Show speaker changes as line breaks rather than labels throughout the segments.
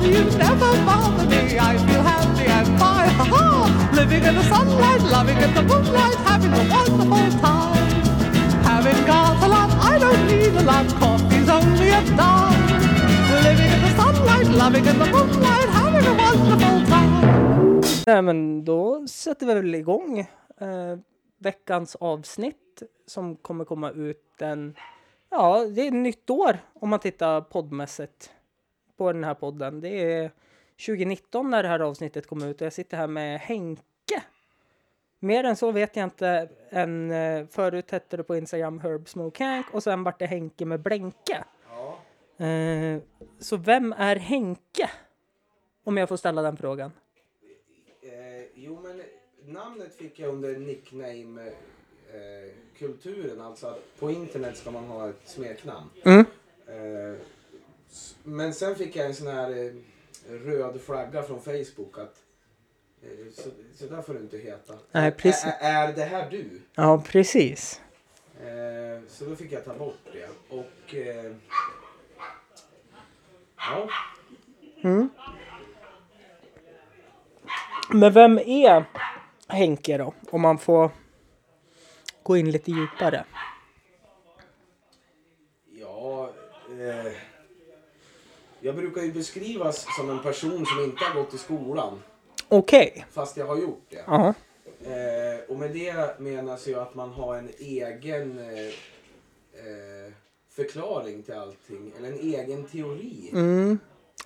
dreams never bother me. I feel happy and fine. Ha ha! Living in the sunlight, loving in the moonlight, having a wonderful time. Having got a lot, I don't need a lot. Coffee's only a dime. Living in the sunlight, loving in the moonlight, having a wonderful time.
Nej, men då sätter vi väl igång eh, veckans avsnitt som kommer komma ut den... Ja, det är nytt år om man tittar poddmässigt på den här podden. Det är 2019 när det här avsnittet kommer ut och jag sitter här med Henke. Mer än så vet jag inte. Än, eh, förut hette det på Instagram Herb Smoke Hank och sen vart det Henke med Blänke. Eh, så vem är Henke? Om jag får ställa den frågan.
Eh, jo, men namnet fick jag under nickname-kulturen. alltså att på internet ska man ha ett smeknamn.
Mm.
Eh, s- men sen fick jag en sån här eh, röd flagga från Facebook att eh, så, så där får du inte heta.
Nej, precis.
Ä- är det här du?
Ja, precis.
Eh, så då fick jag ta bort det. Och... Eh, ja.
Men vem är Henke då? Om man får gå in lite djupare.
Ja, eh, jag brukar ju beskrivas som en person som inte har gått i skolan,
Okej.
fast jag har gjort det.
Ja.
Eh, och med det menas ju att man har en egen eh, eh, förklaring till allting, eller en egen teori.
Mm.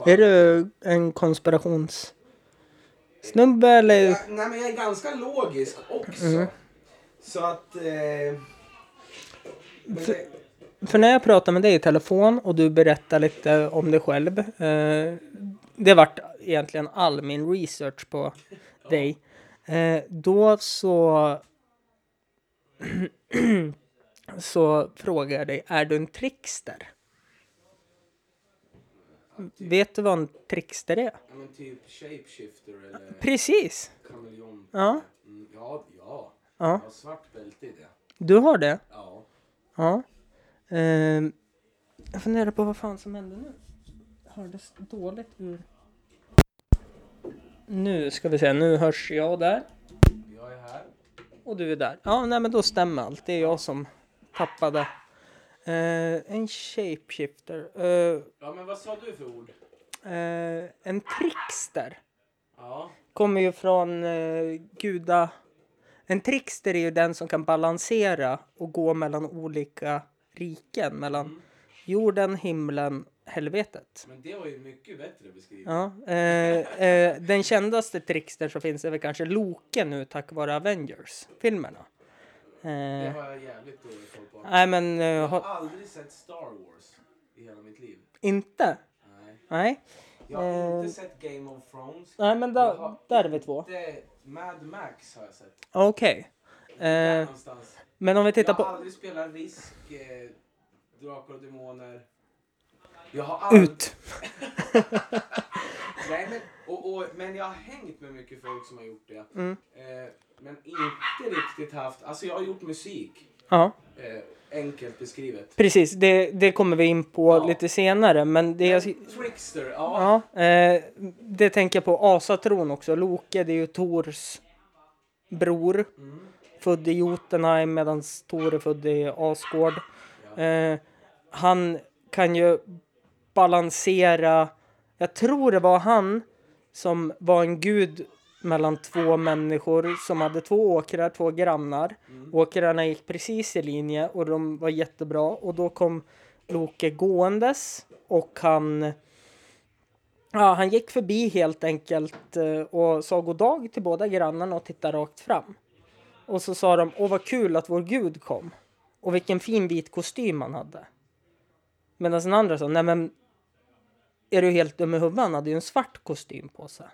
Är du en konspirationssnubbe eller?
Jag, nej, men jag är ganska logisk också.
Mm.
Så att... Eh, men det,
För när jag pratade med dig i telefon och du berättade lite om dig själv. Eh, det vart egentligen all min research på dig. Eh, då så... så frågade jag dig, är du en trickster? Vet du vad en trickster är?
ja, men typ shapeshifter eller
Precis!
kameleont.
Ja.
Mm, ja, ja.
Ja.
Jag har svart bälte i det.
Du har det?
Ja.
Ja. Ehm, jag funderar på vad fan som hände nu. Hördes dåligt ur. Nu ska vi se, nu hörs jag där
Jag är här.
och du är där. Ja, nej men då stämmer allt. Det är jag som tappade. Eh, en shapeshifter. Eh,
Ja, men vad sa du för ord?
eh, en trickster.
Ja.
Kommer ju från eh, guda... En trickster är ju den som kan balansera och gå mellan olika riken. Mellan jorden, himlen, helvetet.
Men det var ju mycket bättre beskrivet.
Ja, eh, eh, den kändaste trickster som finns är väl kanske Loke nu tack vare Avengers-filmerna.
Det
Eh,
har jag jävligt dålig koll på.
nej men, eh,
Jag har
ha,
aldrig sett Star Wars i hela mitt liv.
inte?
Nej.
Nej.
Jag har
Eh.
inte sett Game of Thrones.
Nej
Jag
men där,
har
där är vi två.
inte Mad Max har jag sett.
Okej.
Där
Eh,
någonstans.
men om vi tittar
Jag har
på...
aldrig spelat Risk, eh, Drakar och Demoner. Jag har aldrig...
Ut!
Nej, men, och, och, men jag har hängt med mycket folk som har gjort det.
Mm.
Eh, men inte riktigt haft... Alltså jag har gjort musik.
Ja.
Eh, enkelt beskrivet.
Precis, det, det kommer vi in på
Ja.
lite senare. Men det, jag,
Trickster, ja.
ja, eh, det tänker jag på asatron också. Loke, det är ju Tors bror.
Mm.
Född i Jotunheim medan Tor är född i Asgård.
Ja.
Eh, han kan ju balansera. Jag tror det var han som var en gud mellan två människor som hade två åkrar, två grannar. Åkrarna gick precis i linje och de var jättebra och då kom Loke gåendes och han Ja, han gick förbi helt enkelt eh, och sa god dag till båda grannarna och tittade rakt fram. Och så sa de, åh vad kul att vår gud kom. Och vilken fin vit kostym han hade. Medan den andra sa, nej men är du helt dum i huvudet? Han hade ju en svart kostym på sig.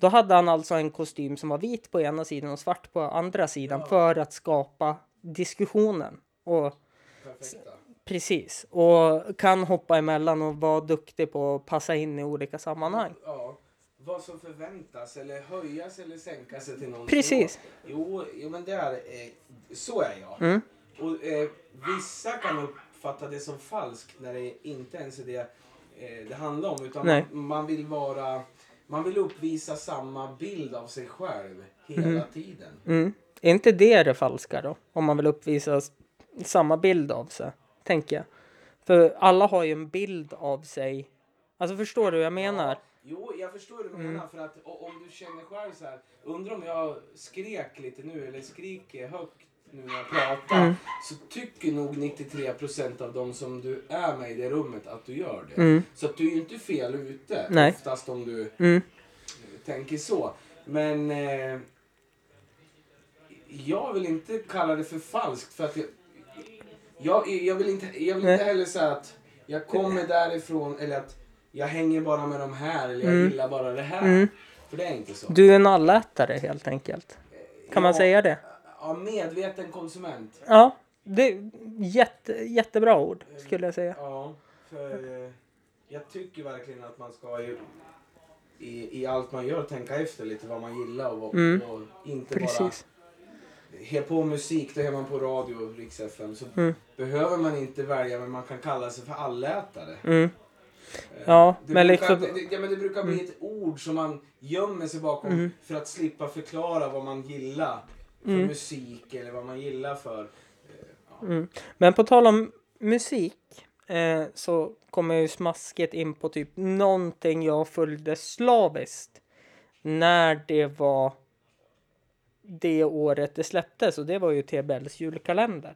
Då hade han alltså en kostym som var vit på ena sidan och svart på andra sidan för att skapa diskussionen. Och
Perfekta.
precis, och kan hoppa emellan och vara duktig på att passa in i olika sammanhang.
Ja. Vad som förväntas eller höjas eller sänkas till någon
Precis.
nivå. Jo, jo, men där, eh, så är jag.
Mm.
Och eh, vissa kan uppfatta det som falskt när det inte ens är det. eh, det handlar om. Utan
Nej.
man, man vill vara... Man vill uppvisa samma bild av sig själv hela tiden.
Mm. Är inte det det falska då? Om man vill uppvisa s- samma bild av sig, tänker jag. För alla har ju en bild av sig. Alltså förstår du vad jag menar?
Jo, jag förstår hur du
Mm.
menar. För att o- om du känner själv så här. Undrar om jag skrek lite nu eller skriker högt nu när jag pratar.
Mm.
Så tycker nog 93% av de som du är med i det rummet att du gör det. Så att du är ju inte fel ute.
Mm. Nej.
Oftast om du
Mm.
tänker så. Men eh, jag vill inte kalla det för falskt. För att jag, jag, jag vill, inte, jag vill
Nej.
inte heller säga att jag kommer därifrån eller att jag hänger bara med de här eller jag gillar bara det här. För det är inte så.
Mm. Du är en allätare helt enkelt. Kan man
Ja.
säga det?
Ja, medveten konsument.
Ja, det är jätte, jättebra ord skulle jag säga.
Ja, för eh, jag tycker verkligen att man ska i, i, i allt man gör tänka efter lite vad man gillar och, vad,
Mm.
och inte bara
Precis.
Hör på musik, då hör man på radio, Rix FM. Så
Mm.
behöver man inte välja, men man kan kalla sig för allätare.
Mm. Ja,
Det,
men
brukar,
liksom...
det, ja, men det brukar bli ett ord som man gömmer sig bakom
Mm.
för att slippa förklara vad man gillar för musik eller vad man gillar för... eh, Ja.
Mm. Men på tal om musik eh, så kommer jag ju smaskigt in på typ någonting jag följde slaviskt när det var det året det släpptes och det var ju TBLs julkalender.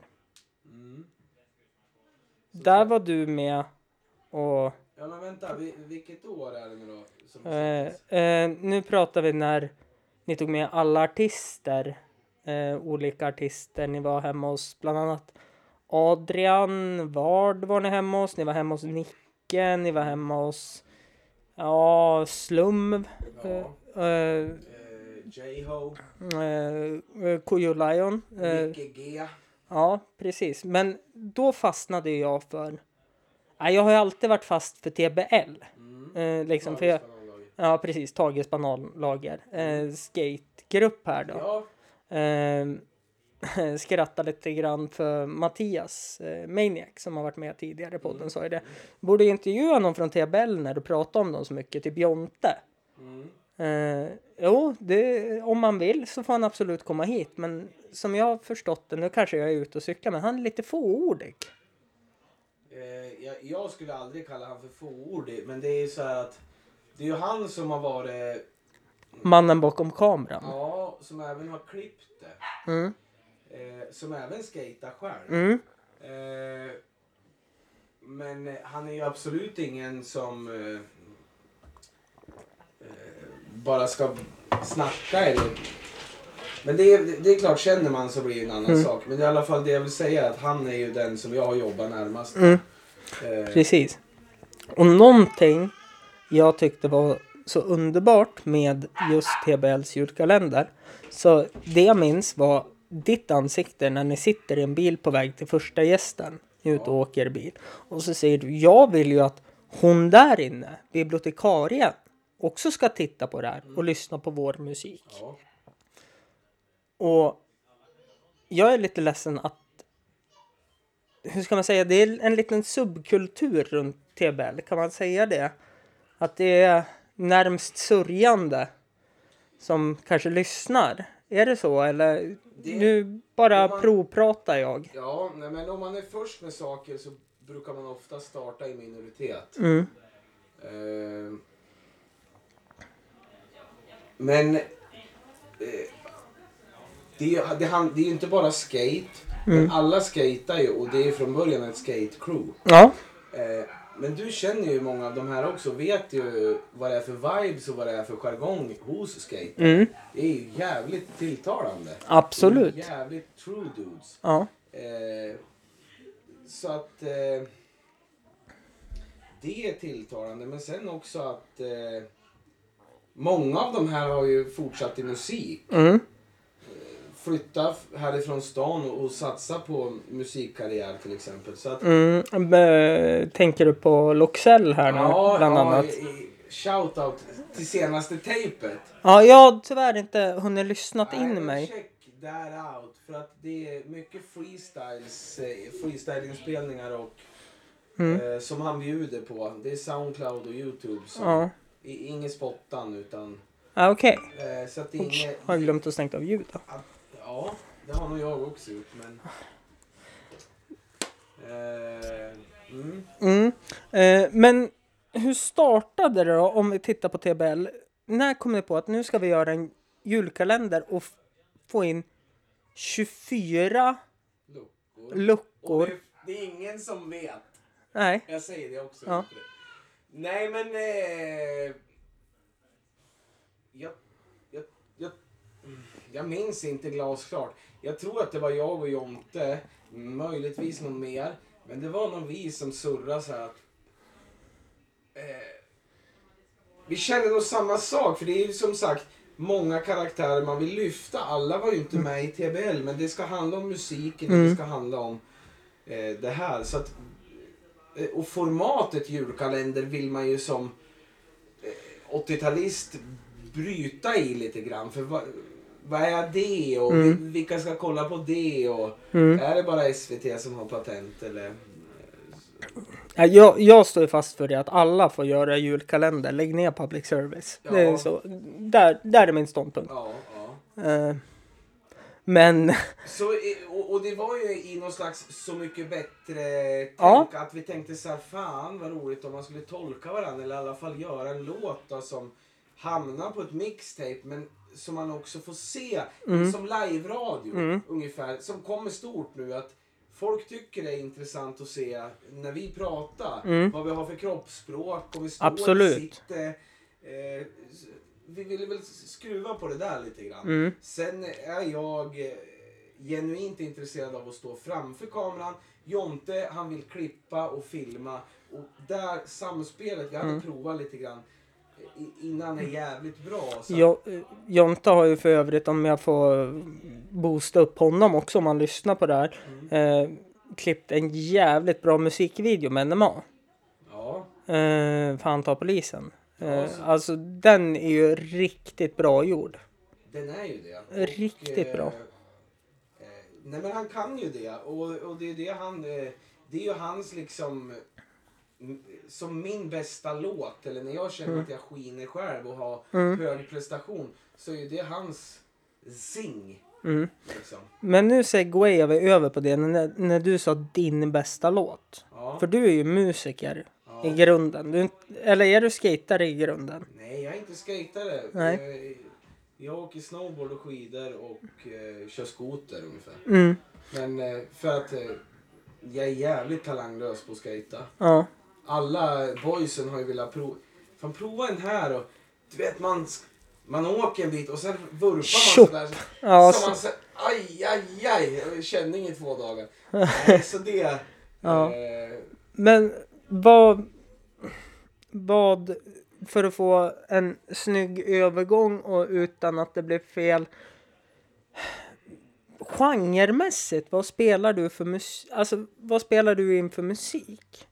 Där var du med och
ja, men vänta, vi, vilket år är det nu då? Som
Eh, eh, nu pratar vi när ni tog med alla artister. Eh, olika artister. Ni var hemma hos bland annat Adrian Ward var ni hemma hos. Ni var hemma hos Nicke. Ni var hemma hos ja, Slum.
Ja.
Eh, eh,
Eh, J-Ho,
eh, Kujo Lion. Eh,
Micke G.
ja, precis. Men då fastnade jag för... Nej, jag har ju alltid varit fast för TBL.
Mm.
Eh, liksom, för jag,
Ja,
Ja, precis. Tages bananlager. Eh, skategrupp här då.
ja,
Ehm, skrattar lite grann för Mattias eh, Maniac som har varit med tidigare i
Mm.
podden sa ju det. Borde intervjua någon från TBL när du pratar om dem så mycket, typ Jonte.
mm.
Eh, jo, det, om man vill så får han absolut komma hit. Men som jag har förstått det, nu kanske jag är ute och cyklar, men han är lite fåordig.
Eh, jag, jag skulle aldrig kalla han för fåordig, men det är ju så här att det är ju han som har varit,
Mannen bakom kameran.
ja, som även har klippt det.
Mm.
Eh, som även skejtar själv.
Mm.
Eh, men eh, han är ju absolut ingen som eh, eh, bara ska snacka eller... Men det är, det är klart, känner man så blir det en annan
Mm.
sak. Men i alla fall det jag vill säga är att han är ju den som jag har jobbat närmast.
Mm.
Eh,
Precis. Och någonting jag tyckte var så underbart med just TBLs julkalender. Så det jag minns var ditt ansikte när ni sitter i en bil på väg till första gästen. Ni är ute och åker bil. Och så säger du, jag vill ju att hon där inne, bibliotekarien, också ska titta på det här och lyssna på vår musik.
ja.
Och jag är lite ledsen att... Hur ska man säga? Det är en liten subkultur runt TBL. Kan man säga det? Att det är närmst sörjande som kanske lyssnar. Är det så? Eller?
Det-
Nu bara
om man-
provpratar jag.
Ja, nej, men om man är först med saker så brukar man ofta starta i minoritet.
Mm.
Eh, men eh, det, är, ju- det, han- det är ju inte bara skate.
Mm.
Men alla skatar ju och det är från början ett skate-crew.
Ja.
Eh, men du känner ju många av de här också vet ju vad det är för vibes och vad det är för jargong hos skate.
Mm.
Det är ju jävligt tilltalande.
Absolut.
Det är ju jävligt true dudes.
Ja.
Eh, så att eh, det är tilltalande. Men sen också att eh, många av de här har ju fortsatt i musik.
Mm.
Flytta f- härifrån stan och, och satsa på musikkarriär till exempel. Så att,
Mm. Eh, Tänker du på Loxell här nu? bland annat.
i- i- Shoutout till senaste tejpet.
Ja, jag har tyvärr inte hunnit lyssnat
Nej,
in
men
mig.
Check that out. För att det är mycket freestyles, eh, freestyle-inspelningar och
Mm.
eh, som han bjuder på. Det är Soundcloud och Youtube. Som,
Ja.
i, ingen spottan utan...
Ja, Okej.
Eh, så att det är
Ups,
inget...
Har jag glömt att stänga av ljudet då?
Ja, det har nog jag också gjort men... Eh, mm.
Mm. Eh, men hur startade det då, om vi tittar på TBL? När kom ni på att nu ska vi göra en julkalender och f- få in 24
Luckor. Och
luckor?
det, det är ingen som vet.
Nej.
Jag säger det också.
Ja.
Nej men... Eh, jag, jag, jag, mm, jag minns inte glasklart. Jag tror att det var jag och Jonte, möjligtvis någon mer. Men det var någon vi som surrade så här att... Eh, vi känner nog samma sak för det är ju som sagt många karaktärer man vill lyfta. Alla var ju inte
Mm.
med i TBL men det ska handla om musiken och det ska handla om eh, det här. Så att, eh, och formatet julkalender vill man ju som eh, 80-talist bryta i lite grann. För vad, vad är det och vi- vilka ska kolla på det och är det bara SVT som har patent eller?
Nej, Jag, jag står ju fast för det att alla får göra julkalender. Lägg ner public service. Det är
Ja.
så. Där, där är min ståndpunkt.
Ja, ja.
Eh, men
Så, eh, och, och det var ju i någon slags Så mycket bättre
Ja.
tänk att vi tänkte så här, fan vad roligt om man skulle tolka varandra eller i alla fall göra en låt då, som hamnar på ett mixtape men som man också får se
Mm.
som live-radio ungefär. Som kommer stort nu att folk tycker det är intressant att se när vi pratar vad vi har för kroppsspråk och vi står
Mm. Absolut.
sitter. Eh, s- vi ville väl skruva på det där lite grann. Sen är jag eh, genuint intresserad av att stå framför kameran. Jonte, han vill klippa och filma. Och där samspelet, jag hade provat lite grann eh, i- innan är jävligt bra. Så att-
Jo- eh, Jonta har ju för övrigt, om jag får boosta upp honom också om han lyssnar på det här,
Mm.
eh, klippt en jävligt bra musikvideo med NMA.
ja.
Eh, för han tar polisen. Eh,
så-
alltså den är ju riktigt bra gjord.
Den är ju det.
Riktigt bra.
eh, Nej men han kan ju det och, och det är det han, eh, det är ju hans liksom, m- som min bästa låt eller när jag känner
Mm.
att jag skiner själv och har hög prestation så är ju det hans zing.
Mm.
Liksom.
Men nu segwayar vi över på det när, när du sa din bästa låt.
Ja.
För du är ju musiker
Ja.
i grunden. Du, är inte- eller är du skatare i grunden?
Nej jag är inte skejtare.
Nej.
Eh, Jag åker snowboard och skidor och eh, kör skoter ungefär.
Mm.
Men eh, för att eh, jag är jävligt talanglös på att skejta.
Ja.
alla boysen har ju velat prova. Fan prova en här och du vet man, sk- man åker en bit och sen vurpar man
Tjopp!
sådär.
Ja,
så
så-
man så, aj, aj, aj, jag har känning i två dagar. Nej, så det.
Ja.
Eh,
Men vad... Vad... För att få en snygg övergång och utan att det blir fel. Genremässigt, vad spelar du för musik? Alltså, vad spelar du in för musik?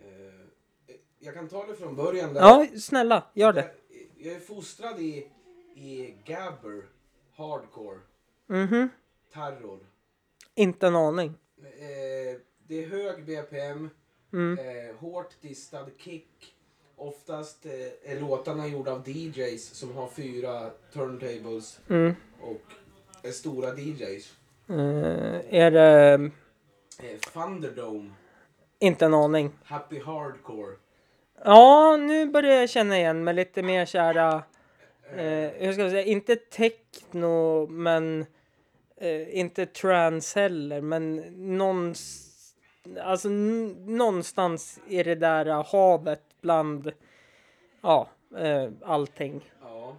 eh, jag kan ta det från början. Där.
Ja, snälla, gör det.
Jag, jag är fostrad i, i gabber, hardcore,
Mhm.
terror.
Inte en aning.
Eh, det är hög BPM,
Mm.
eh, hårt distad kick. Oftast eh, är låtarna gjorda av DJs som har fyra turntables
Mm.
och är stora DJs.
Eh, är det...
Eh, Thunderdome,
Inte en aning.
Happy Hardcore.
Ja, nu börjar jag känna igen mig lite mer kära. Eh, hur ska jag säga? Inte techno, men eh, inte trans heller. Men någons, alltså, n- någonstans i det där eh, havet bland ja, eh, allting.
Ja,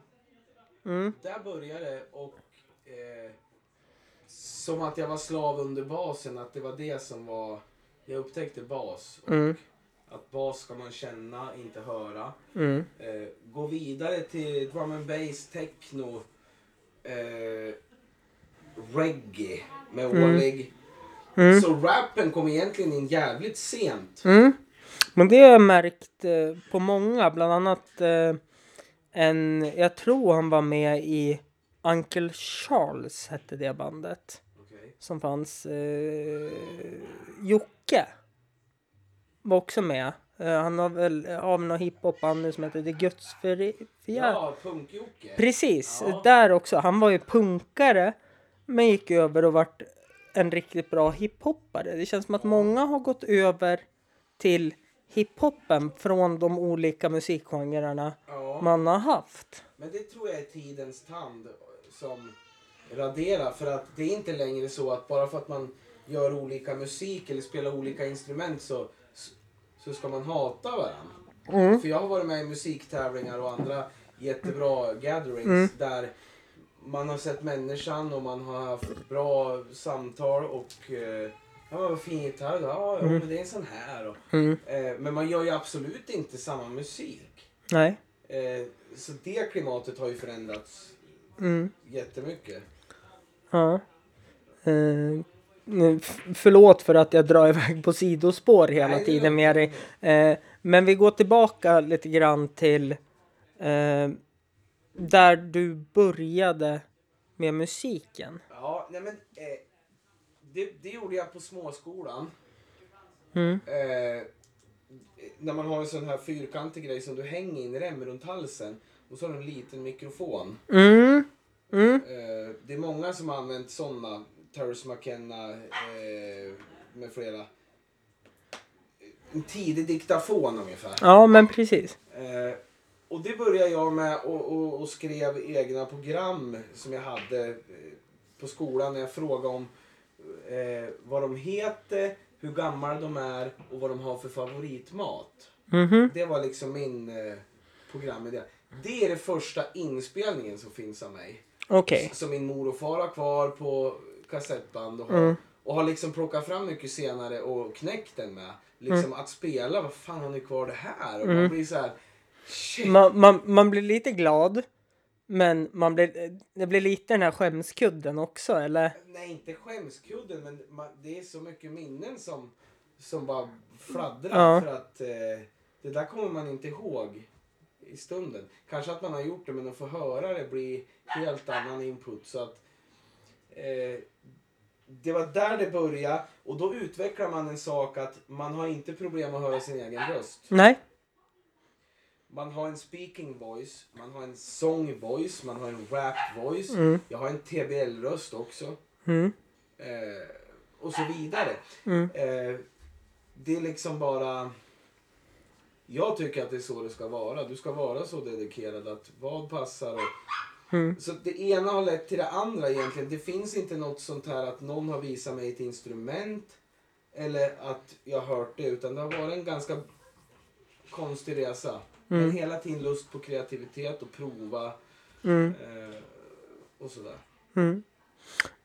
Mm.
där började det och eh, som att jag var slav under basen, att det var det som var... Jag upptäckte bas och
Mm.
att bas ska man känna, inte höra.
Mm.
Eh, gå vidare till drum and bass, techno, eh, reggae med årlig.
Mm.
Så rappen kom egentligen in jävligt sent.
Mm. Men det har jag märkt eh, på många, bland annat eh, en, jag tror han var med i Uncle Charles hette det bandet.
Okej.
som fanns eh, Jocke. var också med. Eh, Han har väl av någon hiphopband nu som heter The Guts för, för
Ja, punk-Jocke.
Precis,
Ja.
där också. Han var ju punkare men gick över och vart en riktigt bra hiphoppare. Det känns som att många har gått över till hiphopen från de olika musikgenrerna
Ja.
man har haft.
Men det tror jag är tidens tand som raderar. För att det är inte längre så att bara för att man gör olika musik eller spelar olika instrument så, så ska man hata varandra. För jag har varit med i musiktävlingar och andra jättebra gatherings där man har sett människan och man har haft bra samtal och eh, Ja, vad fin gitarr du har. Ja, jo, men det är en sån här. Och, eh, men man gör ju absolut inte samma musik.
Nej.
Eh, så det klimatet har ju förändrats
Mm.
jättemycket.
Ja. Eh, nu, f- förlåt för att jag drar iväg på sidospår hela
Nej, det
tiden
är
med dig. Eh, men vi går tillbaka lite grann till eh, där du började med musiken.
Ja, nej men eh, det, det gjorde jag på småskolan.
Mm.
Eh, när man har en sån här fyrkantig grej som du hänger i en rem runt halsen och så har du en liten mikrofon.
Mm. Mm.
Eh, det är många som har använt såna. Terrence McKenna eh, med flera. En tidig diktafon ungefär.
Ja, men precis.
Eh, och det började jag med och, och, och skrev egna program som jag hade eh, på skolan när jag frågade om eh, vad de heter, hur gamla de är och vad de har för favoritmat.
Mhm.
Det var liksom min eh, programidé. Det är den första inspelningen som finns av mig.
Okej.
Som min mor och far har kvar på kassettband och har, och har liksom plockat fram mycket senare och knäckt den med. Liksom att spela, vad fan har ni kvar det här? Och man blir så här, shit.
Man, man, man blir lite glad. Men man blir, det blir lite den här skämskudden också, eller?
Nej inte skämskudden men man, det är så mycket minnen som, som bara fladdrar
Ja.
för att eh, det där kommer man inte ihåg i stunden. Kanske att man har gjort det men att få höra det blir helt annan input så att eh, det var där det började och då utvecklar man en sak att man har inte problem att höra sin egen röst.
Nej.
Man har en speaking voice, man har en song voice, man har en rap voice. Jag har en TBL-röst också.
Mm.
Eh, och så vidare.
Mm.
Eh, det är liksom bara... Jag tycker att det är så det ska vara. Du ska vara så dedikerad att vad passar och...
Mm.
Så det ena har lett till det andra egentligen. Det finns inte något sånt här att någon har visat mig ett instrument eller att jag har hört det utan det har varit en ganska konstig resa. Men hela tiden lust på kreativitet och prova
Mm.
eh, och sådär.
Mm.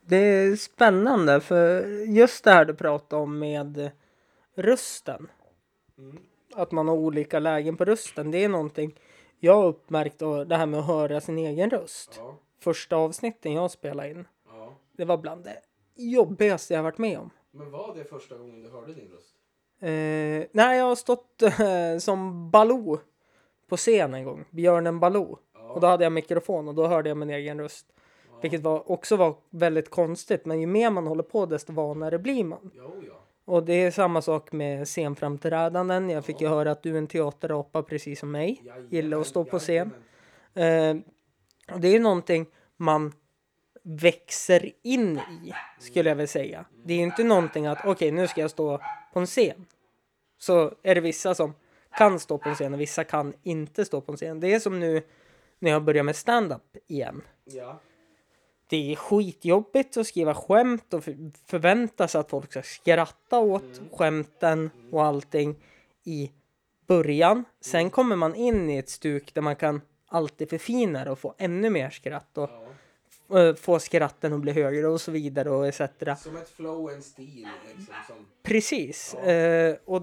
Det är spännande för just det här du pratade om med rösten.
Mm.
Att man har olika lägen på rösten. Det är någonting jag har uppmärkt och det här med att höra sin egen röst.
Ja,
Första avsnitten jag spelade in.
ja.
Det var bland det jobbigaste jag varit med om.
Men var det första gången du hörde din röst?
Eh, nej, jag har stått eh, som Baloo på scen en gång. Björnen Baloo. Och då hade jag mikrofon och då hörde jag min egen röst. Vilket var, också var väldigt konstigt. Men ju mer man håller på desto vanare blir man.
Ja, o ja.
Och det är samma sak med scenframträdanden. Jag fick ju höra att du är en teaterapa precis som mig.
Jajamän,
Gillar att stå på scen.
jajamän.
Eh, och det är ju någonting man växer in i, skulle jag vilja säga. Det är ju inte någonting att, okej, nu ska jag stå på en scen. Så är det vissa som kan stå på en scen och vissa kan inte stå på en scen. Det är som nu när jag börjar med stand-up igen.
Ja,
Det är skitjobbigt att skriva skämt och för- förvänta sig att folk ska skratta åt skämten och allting i början. Sen kommer man in i ett stuk där man kan alltid förfina det och få ännu mer skratt och
ja.
eh, få skratten att bli högre och så vidare och etc.
Som ett flow, en stil liksom. Som,
Precis. Eh, och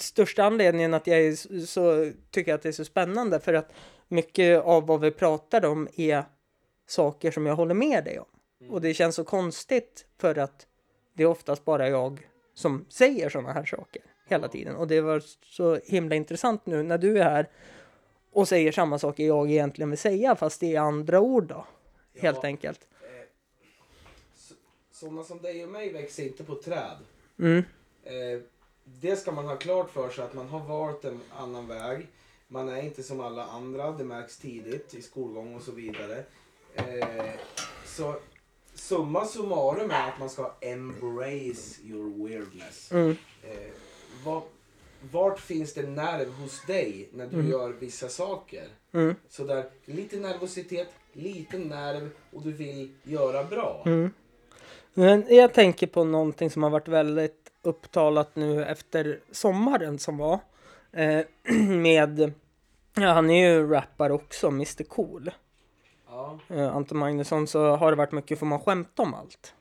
största anledningen att jag är s- så, tycker att det är så spännande för att mycket av vad vi pratar om är saker som jag håller med dig om. Och det känns så konstigt för att det är oftast bara jag som säger sådana här saker hela tiden. Och det var så himla intressant nu när du är här och säger samma saker jag egentligen vill säga fast det är andra ord då. Helt
Ja.
enkelt.
sådana som dig och mig växer inte på träd.
Mm.
Eh, det ska man ha klart för sig att man har valt en annan väg. Man är inte som alla andra, det märks tidigt i skolgång och så vidare. Eh, så summa summarum är att man ska embrace your weirdness.
Mm.
Eh, vad, vart finns det nerv hos dig när du gör vissa saker?
Mm.
Så där, lite nervositet, lite nerv och du vill göra bra.
Mm. Men jag tänker på någonting som har varit väldigt upptalat nu efter sommaren som var. Eh, med, ja, han är ju rappare också, Mr Cool.
Ja.
Eh, Anton Magnusson så har det varit mycket, får man skämta om allt?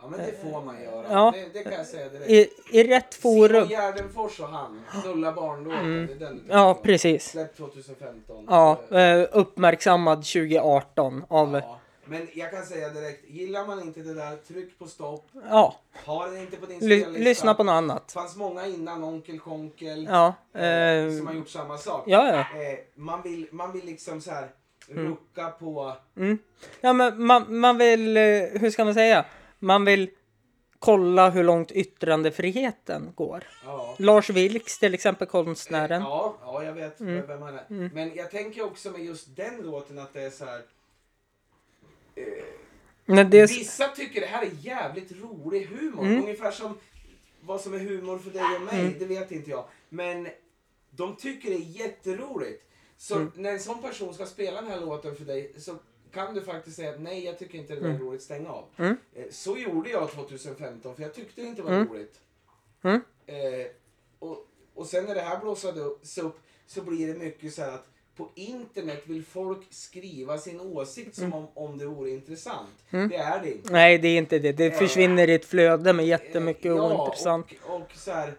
ja, men det får man göra.
Ja.
Det, det kan jag säga direkt.
I, i rätt forum.
Simon
Mm.
Gärdenfors och han, Knulla barnlåten. Det är den du tänker
Ja,
på.
precis.
Släppt 2015.
Ja,
Eh,
eh, uppmärksammad 2018 av,
ja. Men jag kan säga direkt, gillar man inte det där, tryck på stopp.
ja,
Ha det inte på din
ly,
spellista.
lyssna på något annat.
Det fanns många innan, Onkel Konkel,
Ja, eh,
eh, som har gjort samma sak.
ja, ja.
Eh, man, vill, man vill liksom så här rucka på...
Mm. Ja, men man, man vill, eh, hur ska man säga? Man vill kolla hur långt yttrandefriheten går.
Ja.
Lars Vilks, till exempel konstnären.
Ja, ja, jag vet
Mm.
vem han är. Men jag tänker också med just den låten att det är så här.
Men det är, s- Mm.
Vissa tycker det här är jävligt rolig humor. Ungefär som vad som är humor för dig och mig, det vet inte jag. Men de tycker det är jätteroligt. Så
Mm.
när en sån person ska spela den här låten för dig så kan du faktiskt säga nej, jag tycker inte det där
Mm.
är roligt, stäng av. Eh, Så gjorde jag 2015 för jag tyckte det inte var roligt.
Mm.
Eh, och, och sen när det här blåsades upp så blir det mycket så här att på internet vill folk skriva sin åsikt
Mm.
som om, om det vore intressant. Det är det inte.
nej, det är inte det. Det försvinner i ett flöde med jättemycket
Eh, ja,
ointressant.
Och, och så här,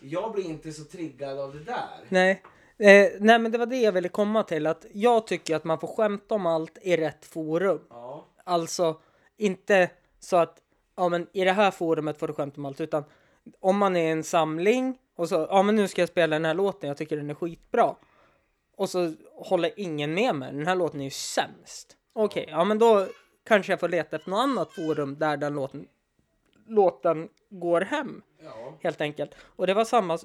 jag blir inte så triggad av det där.
Nej. Eh, nej, men det var det jag ville komma till. Att jag tycker att man får skämta om allt i rätt forum.
Ja,
Alltså inte så att ja, men i det här forumet får du skämta om allt utan om man är i en samling och så ja, men nu ska jag spela den här låten. Jag tycker den är skitbra och så håller ingen med mig. Den här låten är ju sämst. Okej, ja, men då kanske jag får leta efter något annat forum där den låten låten går hem
ja.
helt enkelt. Och det var samma eh,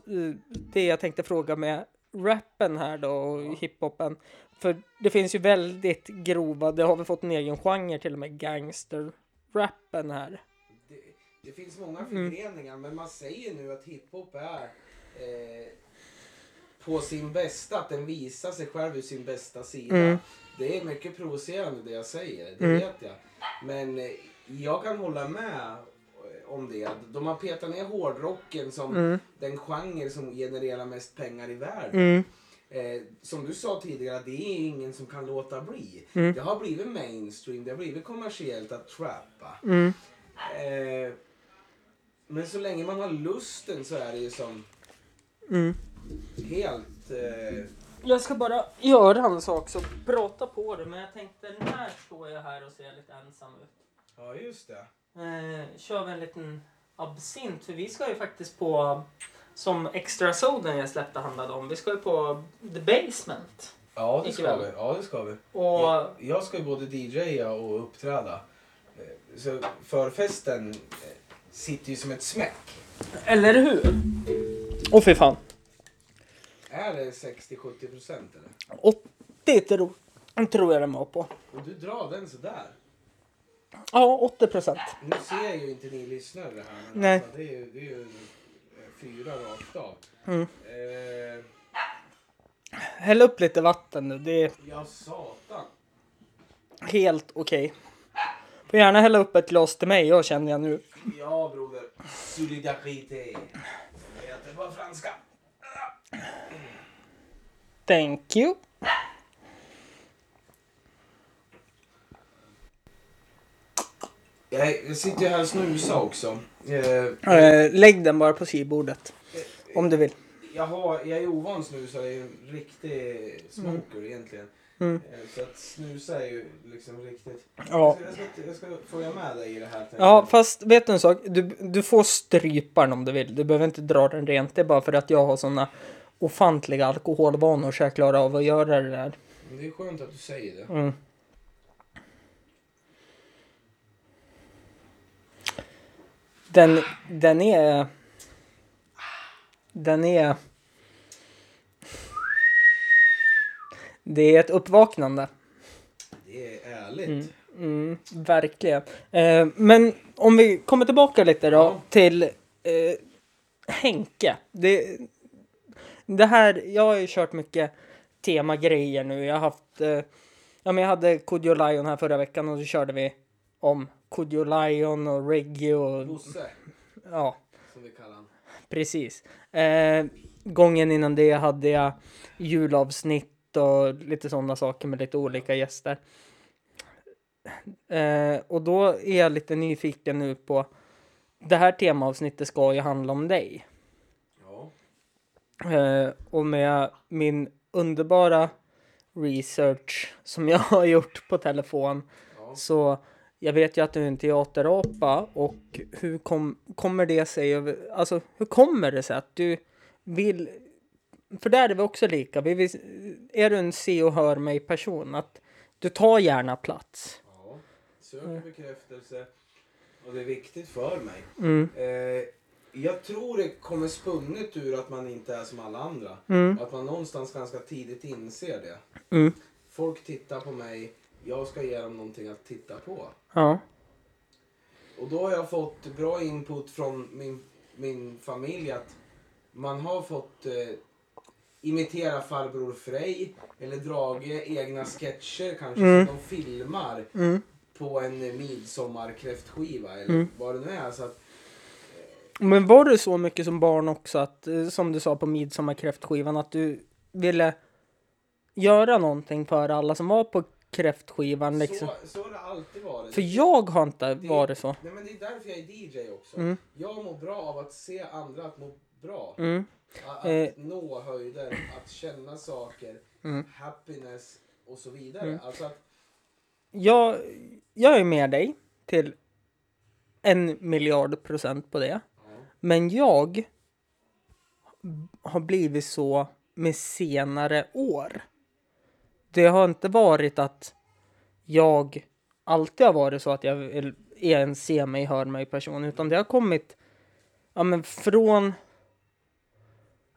det jag tänkte fråga med rappen här då och hiphopen. För det finns ju väldigt grova, det har vi fått en egen genre till och med, gangsterrappen här.
det, det finns många förgreningar men man säger nu att hiphop är eh, på sin bästa, att den visar sig själv ur sin bästa sida. Det är mycket provocerande det jag säger, det vet jag. Men eh, jag kan hålla med eh, om det. De har petat ner hårdrocken som den genre som genererar mest pengar i världen. Eh, som du sa tidigare, det är ingen som kan låta bli. Det har blivit mainstream, det har blivit kommersiellt att trappa. Eh, men så länge man har lusten så är det ju som helt... Eh,
Jag ska bara göra en sak så prata på det men jag tänkte den här står jag här och ser lite ensam ut.
ja, just det.
Eh, kör vi en liten absint för vi ska ju faktiskt på som extra soden jag släppte handlade om. Vi ska ju på The Basement.
Ja, det ska
Ikväll.
vi. Ja, det ska vi.
Och
Jag, jag ska ju både DJa och uppträda. Eh, Så förfesten eh, sitter ju som ett smäck.
Eller hur? Åh fy fan.
Är det 60-70 procent eller?
80 tro, tror jag den var på.
Och du drar den sådär.
Ja, 80 procent.
Nu ser ju inte ni lyssnare det här. Men
Nej.
Alltså, det, är ju, det är ju eh, fyra rakt av. Eh,
Häll upp lite vatten nu, det är
ja, satan.
helt okej. Får gärna hälla upp ett glas till mig, jag känner jag nu.
Ja broder, solidarité. Det heter på franska.
Thank you.
Jag, jag sitter ju här och snusar också. Eh,
Eh, lägg den bara på skrivbordet. Om du vill.
Jag, har, jag är ovan snusare, jag är en riktig smoker egentligen. Eh, Så att snusa är ju liksom riktigt...
Mm. Ja.
Jag, ska, jag, ska, jag ska följa med dig i det här. tänker
Ja,
jag.
fast vet du en sak? Du, du får strypa den om du vill. Du behöver inte dra den rent. Det är bara för att jag har såna ofantliga alkoholvanor så jag klarar av att göra det där.
Men Det är skönt att du säger det.
Mm. Den, den är... Den är... Det är ett uppvaknande.
Det är ärligt.
Mm, verkligen. Eh, men om vi kommer tillbaka lite då
Ja.
till eh, Henke. Det, det här, jag har ju kört mycket temagrejer nu. Jag har haft, eh, ja men jag hade Kodjo Lion här förra veckan och så körde vi om Kodjo Lion och reggae och
Bosse,
ja,
som vi kallar han.
precis. Eh, gången innan det hade jag julavsnitt och lite sådana saker med lite olika gäster. Eh, och då är jag lite nyfiken nu på det här temaavsnittet ska ju handla om dig.
Ja.
Eh, och med min underbara research som jag har gjort på telefon
ja.
så jag vet ju att du är en teaterapa och hur kom, kommer det sig? över- Alltså hur kommer det sig att du vill? För där är vi också lika. Vi vill, är du en se och hör mig person? Att du tar gärna plats.
ja. Söker bekräftelse. Och det är viktigt för mig.
Mm.
Eh, jag tror det kommer spunnet ur att man inte är som alla andra. Och att man någonstans ganska tidigt inser det.
Mm.
Folk tittar på mig. Jag ska ge dem någonting att titta på.
Ja.
Och då har jag fått bra input från min, min familj att man har fått eh, imitera farbror Frej eller Drage egna sketcher kanske
Mm.
som de filmar på en eh, midsommarkräftskiva eller
Mm.
vad det nu är. Så att,
Men var det så mycket som barn också att eh, som du sa på midsommarkräftskivan att du ville göra någonting för alla som var på kräftskivan liksom?
så, så har det alltid varit.
För jag har inte
Det-
varit så.
Nej, men det är därför jag är DJ också. Jag mår bra av att se andra att må bra.
Mm.
A- Att
Eh. Mm.
nå höjder, att känna saker, happiness och så vidare. Alltså att,
jag, jag är med dig till en miljard procent på det.
ja.
Men jag har blivit så med senare år. Det har inte varit att jag alltid har varit så att jag vill- är en se mig, hör mig person, utan det har kommit ja, men från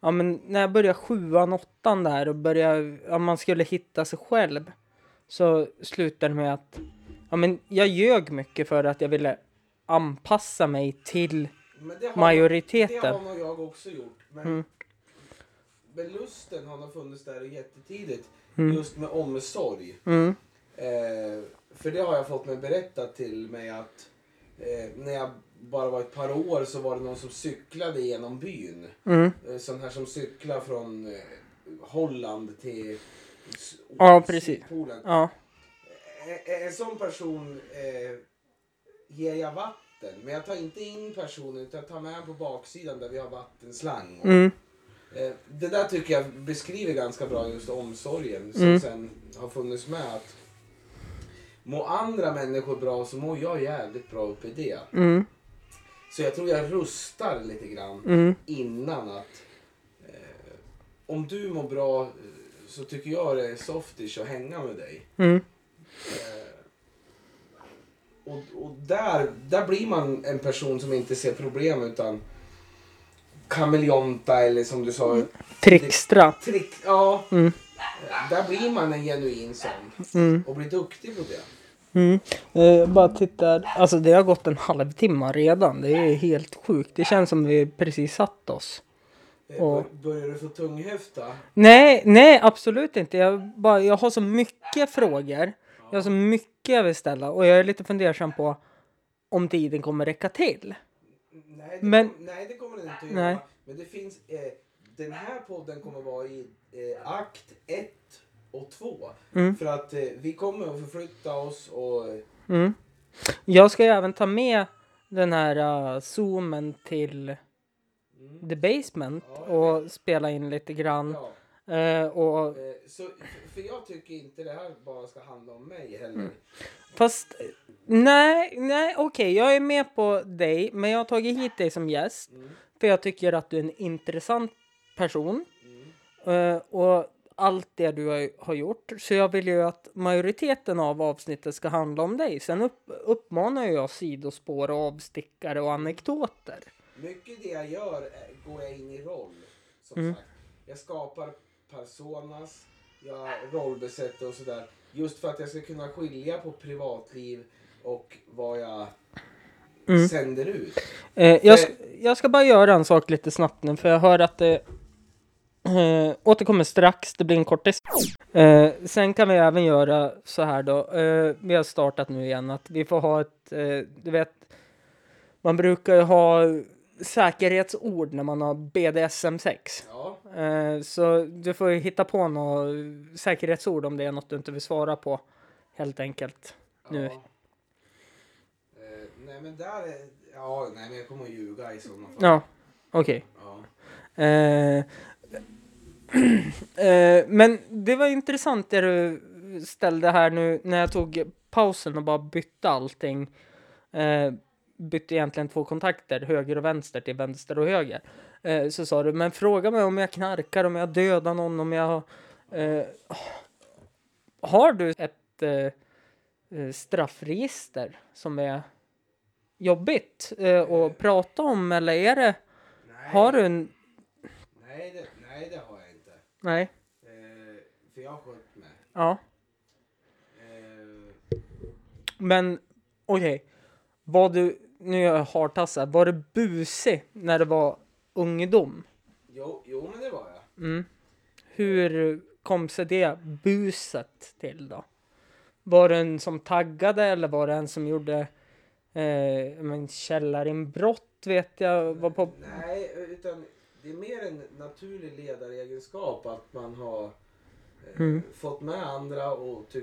ja, men när jag började sjuan, åttan där och började, ja, man skulle hitta sig själv så slutade det med att ja, men jag ljög mycket för att jag ville anpassa mig till
Men det har,
Majoriteten. Mm.
Det har nog jag också gjort. Men, men lusten har nog funnits där jättetidigt. Just med omsorg.
Mm.
Eh, för det har jag fått mig berättat till mig att eh, när jag bara var ett par år så var det någon som cyklade genom byn.
Mm.
Eh, sån här som cyklar från eh, Holland till s-
Ja, precis.
Sydpolen.
Ja.
Eh, eh, En sån person eh, ger jag vatten. Men jag tar inte in personen utan jag tar med honom på baksidan där vi har vattenslang.
Mm.
Eh, det där tycker jag beskriver ganska bra just omsorgen som
Mm.
sen har funnits med. att Må andra människor bra så mår jag jävligt bra uppe i det.
Mm.
Så jag tror jag rustar lite grann
Mm.
innan att eh, om du mår bra eh, så tycker jag det är softish att hänga med dig.
Mm.
Och, och där, där blir man en person som inte ser problem utan kameleonta eller som du sa,
Trickstra.
trick. Ja,
Mm.
där blir man en genuin sån
Mm.
och blir duktig på det.
Mm. Eh, bara tittar. Alltså det har gått en halvtimme redan. Det är helt sjukt. Det känns som vi precis satt oss.
Eh,
Ja.
bör- Börjar du få tunghäfta?
Nej, nej, absolut inte. Jag, bara, jag har så mycket frågor. Jag har så mycket jag vill ställa och jag är lite fundersam på om tiden kommer räcka till.
Nej, det,
Men-
kom, nej, det kommer den inte att göra.
Nej.
Men det finns, eh, den här podden kommer vara i eh, akt 1 och 2. För att eh, vi kommer att förflytta oss och eh,
Mm. Jag ska ju även ta med den här uh, zoomen till The Basement och spela in lite grann.
ja.
Eh, och,
Eh, Så, för jag tycker inte det här bara ska handla om mig heller.
Mm. fast eh, nej, nej, okej, jag är med på dig, men jag har tagit hit dig som gäst för jag tycker att du är en intressant person eh, och allt det du har, har gjort. Så jag vill ju att majoriteten av avsnittet ska handla om dig. Sen upp, uppmanar jag sidospår och avstickare och anekdoter.
Mycket det jag gör eh, går jag in i roll. Som
Mm.
sagt. Jag skapar personas, jag rollbesätter och sådär. Just för att jag ska kunna skilja på privatliv och vad jag
Mm.
sänder ut.
Eh, jag, sk- jag ska bara göra en sak lite snabbt nu, för jag hör att det eh, återkommer strax. Det blir en kortis. Eh, sen kan vi även göra så här då. Eh, vi har startat nu igen att vi får ha ett, eh, du vet, man brukar ju ha säkerhetsord när man har BDSM-sex.
Ja,
Eh, så du får ju hitta på något säkerhetsord om det är något du inte vill svara på, helt enkelt. Nu.
Ja. Eh, nej men där är... Ja, nej men jag kommer att ljuga i sådana fall.
Ja, okej.
Ja.
Eh, eh, men det var intressant det du ställde här nu när jag tog pausen och bara bytte allting. Eh, bytte egentligen två kontakter, höger och vänster, till vänster och höger. Eh, så sa du, men fråga mig om jag knarkar, om jag dödar någon, om jag... Eh, har du ett eh, eh, straffregister som är jobbigt eh, att prata om eller är det...
Nej,
Har du en...
nej, det, nej, det har jag inte.
Nej.
Eh, för jag har skött mig.
Ja,
Eh,
men okej. Var du, nu är jag hartass här, var du busig när det var ungdom?
jo, jo, men det var jag.
Mm. Hur kom sig det buset till då? Var det en som taggade eller var det en som gjorde eh, men källarinbrott vet jag var på?
Nej, utan det är mer en naturlig ledaregenskap att man har eh,
Mm.
fått med andra och ty-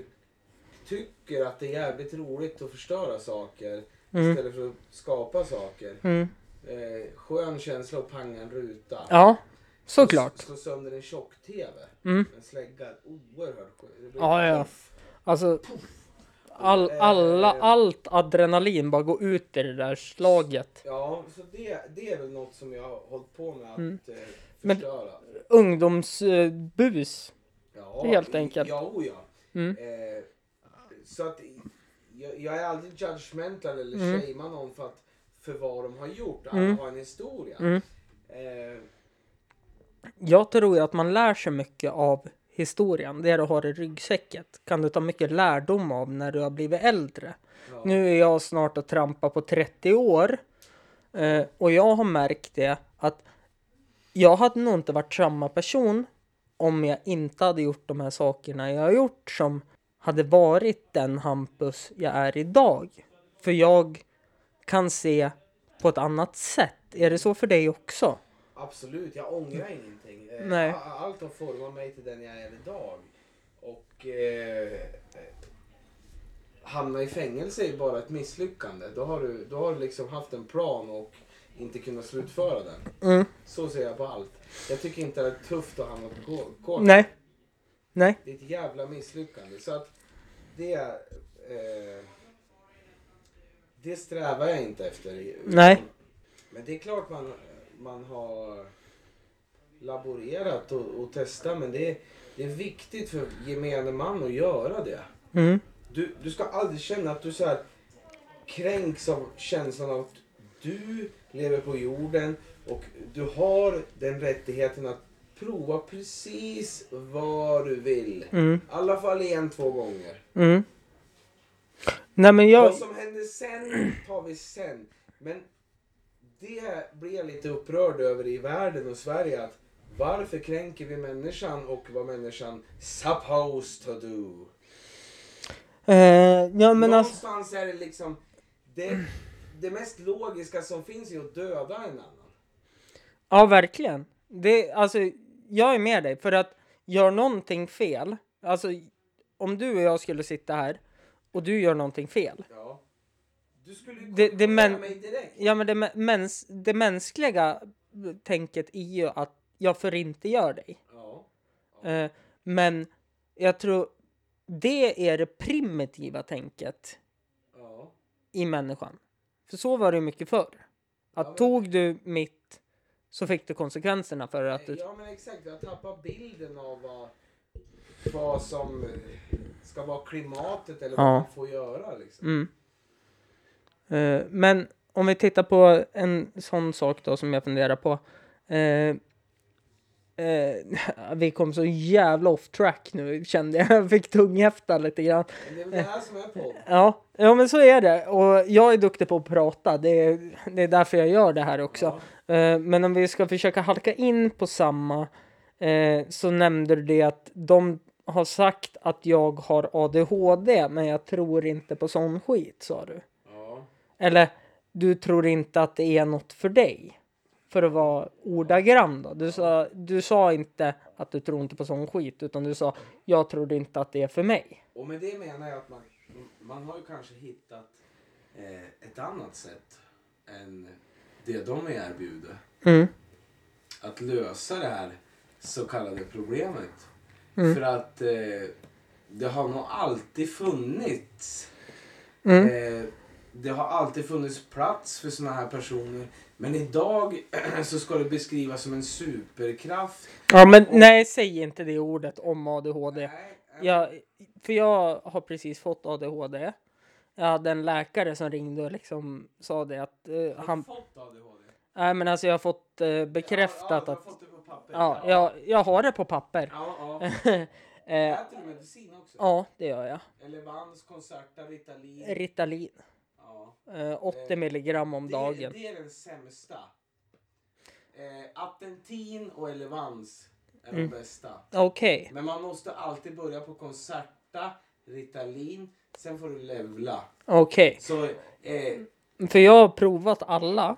tycker att det är jävligt roligt att förstöra saker istället för att skapa saker.
Mm.
Eh, skön känsla att panga en ruta.
Ja, såklart.
Slå sönder en tjock-tv.
Mm.
En slägga. Oerhört skön. Det blir
Ja, ja.
puff.
Alltså, all, alla, allt adrenalin bara går ut i det där slaget.
Ja, så det, det är väl något som jag har hållit på med att eh,
Mm. Men-
förstöra.
Ungdomsbus. Eh, bus.
Ja,
Helt
i-
enkelt.
Ja, o ja.
Mm.
Eh, så att jag, jag är aldrig judgmental eller
Mm.
shamear någon för, att, för vad de har gjort. Alla
Mm.
har en historia.
Mm.
Eh,
Jag tror ju att man lär sig mycket av historien, det du har i ryggsäcket. Kan du ta mycket lärdom av när du har blivit äldre.
ja.
Nu är jag snart att trampa på 30 år. Eh, och jag har märkt det att jag hade nog inte varit samma person om jag inte hade gjort de här sakerna jag har gjort som hade varit den Hampus jag är idag. För jag kan se på ett annat sätt. Är det så för dig också?
Absolut, jag ångrar ingenting. Eh,
Mm. Nej.
a- Allt har format mig till den jag är idag. Och eh, eh, hamna i fängelse är bara ett misslyckande. Då har du, då har du liksom haft en plan och inte kunnat slutföra den.
Mm.
Så ser jag på allt. Jag tycker inte det är tufft att hamna på gå- gården.
Nej. Nej.
Det är ett jävla misslyckande. Så att det... Eh, det strävar jag inte efter.
Nej.
Men det är klart man, man har laborerat och, och testat men det är, det är viktigt för gemene man att göra det.
Mm.
Du, du ska aldrig känna att du så här kränks av känslan av att du lever på jorden och du har den rättigheten att prova precis vad du vill.
Mm.
I alla fall en, två gånger.
Mm. Nej men jag...
Vad som händer sen tar vi sen. Men det blir jag lite upprörd över i världen och Sverige. att Varför kränker vi människan och vad människan supposed to do?
Eh, ja men alltså...
Någonstans är det liksom det, det mest logiska som finns är att döda en annan.
Ja verkligen. Det, alltså, jag är med dig för att gör någonting fel. Alltså om du och jag skulle sitta här och du gör någonting fel.
Ja. Du skulle ju
Det- det men-
kontrollera mig direkt.
Ja men det, mä- mäns, det mänskliga tänket är ju att jag förintgör dig.
Ja.
Eh, men jag tror det är det primitiva tänket
Ja.
i människan. För så var det ju mycket förr. Att
Ja, men-
tog du mitt så fick du konsekvenserna för att du...
Ja men exakt, jag tappar bilden av vad, vad som eh, ska vara klimatet eller vad
Ja.
man får göra. Liksom.
Mm. Eh, men om vi tittar på en sån sak då som jag funderar på. Eh, eh, vi kom så jävla off track nu kände jag. Jag fick tunghäfta lite grann.
Men Det är väl det här som är podd.
Ja, ja men så är det. Och jag är duktig på att prata. Det är, det är därför jag gör det här också. Eh, men om vi ska försöka halka in på samma eh, så nämnde du det att de har sagt att jag har ADHD men jag tror inte på sån skit sa du.
Ja.
Eller du tror inte att det är något för dig. För att vara ordagrann då. Du sa, du sa inte att du tror inte på sån skit utan du sa jag tror inte att det är för mig.
Och med det menar jag att man, man har ju kanske hittat eh, ett annat sätt än det de erbjuder.
Mm.
Att lösa det här så kallade problemet. För att eh, det har nog alltid funnits. Eh, det har alltid funnits plats för såna här personer. Men idag så ska det beskrivas som en superkraft.
Ja men nej säg inte det ordet om ADHD.
Nej, eh,
Jag, för jag har precis fått ADHD. Jag hade en läkare som ringde och liksom sa det att eh,
har du
han...
fått ADHD?
Nej men alltså jag har fått eh,
ja,
bekräftat
ja,
att...
du har fått det på papper.
Ja, jag, jag har det på papper.
Ja, ja.
eh,
Äter du medicin också?
ja det gör jag.
Eller Vans, Concerta, Ritalin?
Ritalin.
Ja.
Eh, 80 milligram om
Det,
dagen.
det är den sämsta. Eh, Attentin och Elevans är
Mm.
de bästa.
Okej.
Men man måste alltid börja på Concerta, Ritalin, sen får du levla.
Okej.
Så eh,
För jag har provat alla.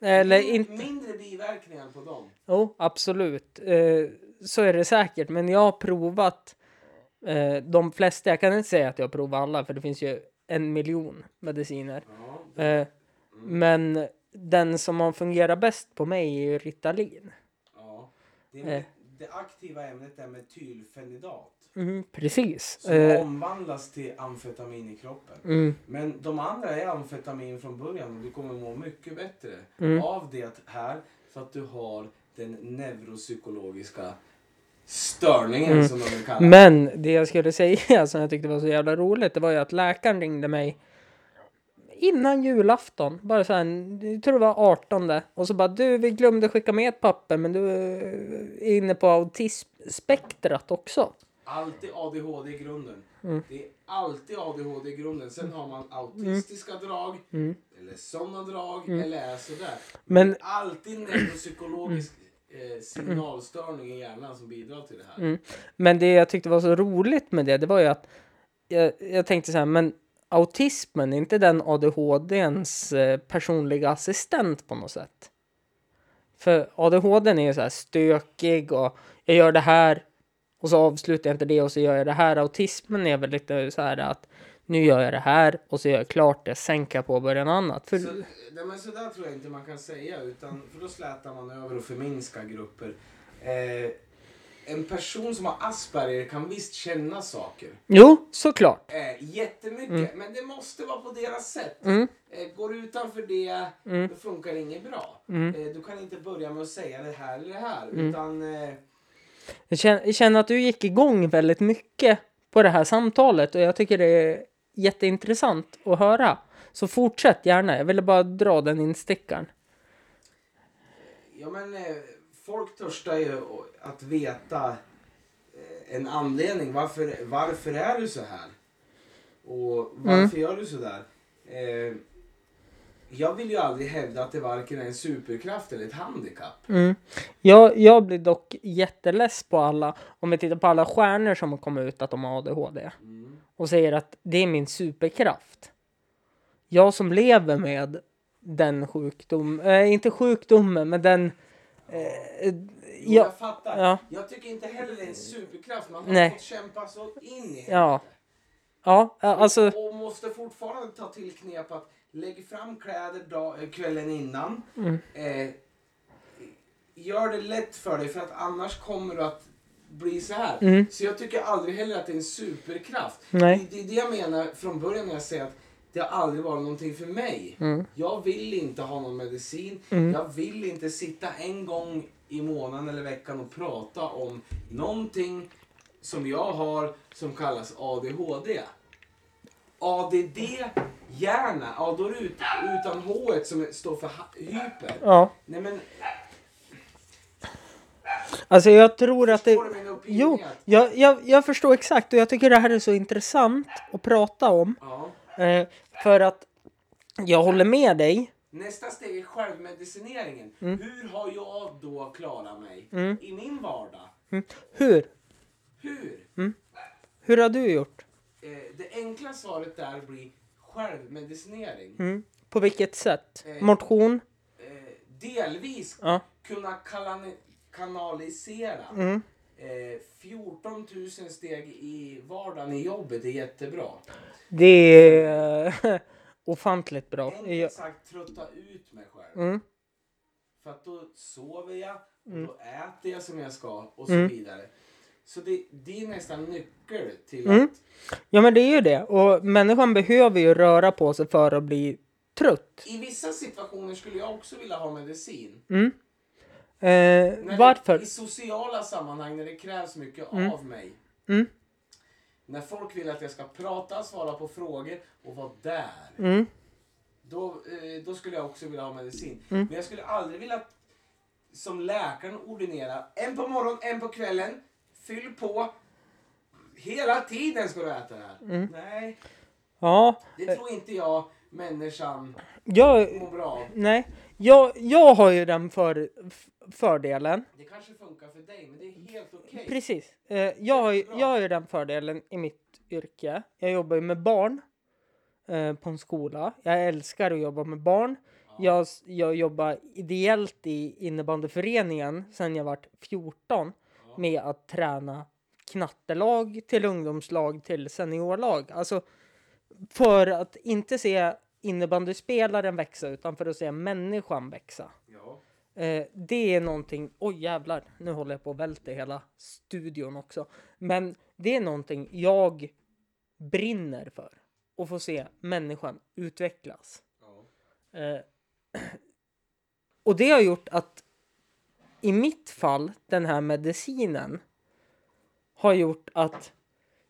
Eller
min-
inte.
mindre biverkningar på dem.
Jo, absolut. Eh, så är det säkert. Men jag har provat eh, de flesta. Jag kan inte säga att jag har provat alla för det finns ju en miljon mediciner.
Ja,
Eh, men den som har fungerat bäst på mig är ju Ritalin.
ja. Det,
Eh.
det aktiva ämnet är metylfenidat.
Mm, precis.
Som
Eh,
omvandlas till amfetamin i kroppen.
mm,
Men de andra är amfetamin från början och du kommer må mycket bättre
Mm.
av det här för att du har den neuropsykologiska störningen som de vill kalla det.
Mm. Men det jag skulle säga som jag tyckte var så jävla roligt det var ju att läkaren ringde mig innan julafton. Bara så här, jag tror det var 18 och så bara du vi glömde skicka med ett papper men du är inne på autismspektrat också.
Alltid ADHD i grunden.
Mm.
Det är alltid ADHD i grunden. Sen har man autistiska drag, eller sådana drag, eller är sådär.
Mm. Men-
Det är alltid neuropsykologisk eh, signalstörning i hjärnan som bidrar till det här.
Mm. Men det jag tyckte var så roligt med det, det var ju att jag, jag tänkte så här, men autismen, är inte den ADHDns eh, personliga assistent på något sätt? För ADHDn är ju så här stökig och jag gör det här och så avslutar jag inte det och så gör jag det här. Autismen är väl lite så här att nu gör jag det här och så gör jag klart det, sen kan jag påbörja något annat. För,
Så, nej, men så där tror jag inte man kan säga, utan, för då slätar man över och förminskar grupper. Eh, en person som har Asperger kan visst känna saker.
Jo, såklart.
Eh, jättemycket, men det måste vara på deras sätt. Eh, går du utanför det, då funkar det inget bra. Eh, du kan inte börja med att säga det här eller det här. Utan, eh,
Jag känner, jag känner att du gick igång väldigt mycket på det här samtalet och jag tycker det är jätteintressant att höra. Så fortsätt gärna. Jag ville bara dra den instickaren.
ja, men, eh, folk törstar ju å- att veta eh, en anledning. Varför, varför är du så här? Och
Mm.
varför gör du så där? Eh, jag vill ju aldrig hävda att det varken är en superkraft eller ett handikapp.
Mm. Jag, jag blir dock jätteless på alla, om vi tittar på alla stjärnor som har kommit ut att de har ADHD
Mm.
och säger att det är min superkraft. Jag som lever med den sjukdomen, eh, inte sjukdomen, men den... Eh,
Jo,
ja,
Jag fattar.
ja.
Jag tycker inte heller det är en superkraft. Man har
Nej.
fått kämpa så in i
ja, ja, alltså...
Och måste fortfarande ta till knep att lägga fram kläder dag, eh, kvällen innan.
Mm.
Eh, gör det lätt för dig för att annars kommer du att bli så här. Så jag tycker aldrig heller att det är en superkraft.
Mm. Nej.
Det, det är det jag menar från början när jag säger att det har aldrig varit någonting för mig.
Mm.
Jag vill inte ha någon medicin. Jag vill inte sitta en gång i månaden eller veckan och prata om någonting som jag har som kallas ADHD. ADD Hjärna, ja då är det ut, utan H som står för ha- hyper.
Ja.
Nej men,
Alltså jag tror att det...
Förstår du min opinion?
Jo, jag, jag, jag förstår exakt och jag tycker det här är så intressant att prata om.
ja.
Eh, för att jag håller med dig.
Nästa steg är självmedicineringen.
Mm.
Hur har jag då klarat mig i min vardag?
Mm. Hur?
Hur?
Mm. Hur har du gjort?
Eh, det enkla svaret där blir självmedicinering.
Mm. På vilket sätt?
Eh.
Motion?
Eh, delvis
Ja.
kunna kalani- kanalisera.
Mm.
Eh, 14 000 steg i vardagen i jobbet är jättebra.
Det är eh, ofantligt bra. Jag,
Enkelt sagt trötta ut mig själv.
mm.
För att då sover jag, och då äter jag som jag ska och så
Mm.
vidare. Så det, det är nästan nyckel till
Mm.
att
Ja men det är ju det. Och människan behöver ju röra på sig för att bli trött.
I vissa situationer skulle jag också vilja ha medicin.
Mm. Eh,
När
varför?
Det, I sociala sammanhang när det krävs mycket av mig.
Mm.
När folk vill att jag ska prata, svara på frågor och vara där.
Mm.
Då, eh, då skulle jag också vilja ha medicin.
Mm.
Men jag skulle aldrig vilja att- som läkaren ordinera en på morgonen, en på kvällen. Fyll på. Hela tiden ska du äta det här.
Mm.
Nej,
Ja,
det tror inte jag människan
jag,
mår bra av.
nej. Jag, jag har ju den för, f- fördelen.
Det kanske funkar för dig, men det är helt okej.
Precis. Eh, jag, har ju, jag har ju den fördelen i mitt yrke. Jag jobbar ju med barn eh, på en skola. Jag älskar att jobba med barn. Jag, s- jag jobbar ideellt i innebandyföreningen sedan jag var 14 med att träna knattelag till ungdomslag till seniorlag. Alltså för att inte se innebandyspelaren växa utan för att se människan växa.
Ja.
Eh, det är någonting, oj jävlar, nu håller jag på att välta hela studion också. Men det är någonting jag brinner för. Att få se människan utvecklas.
Ja.
Eh, och det har gjort att i mitt fall, den här medicinen har gjort att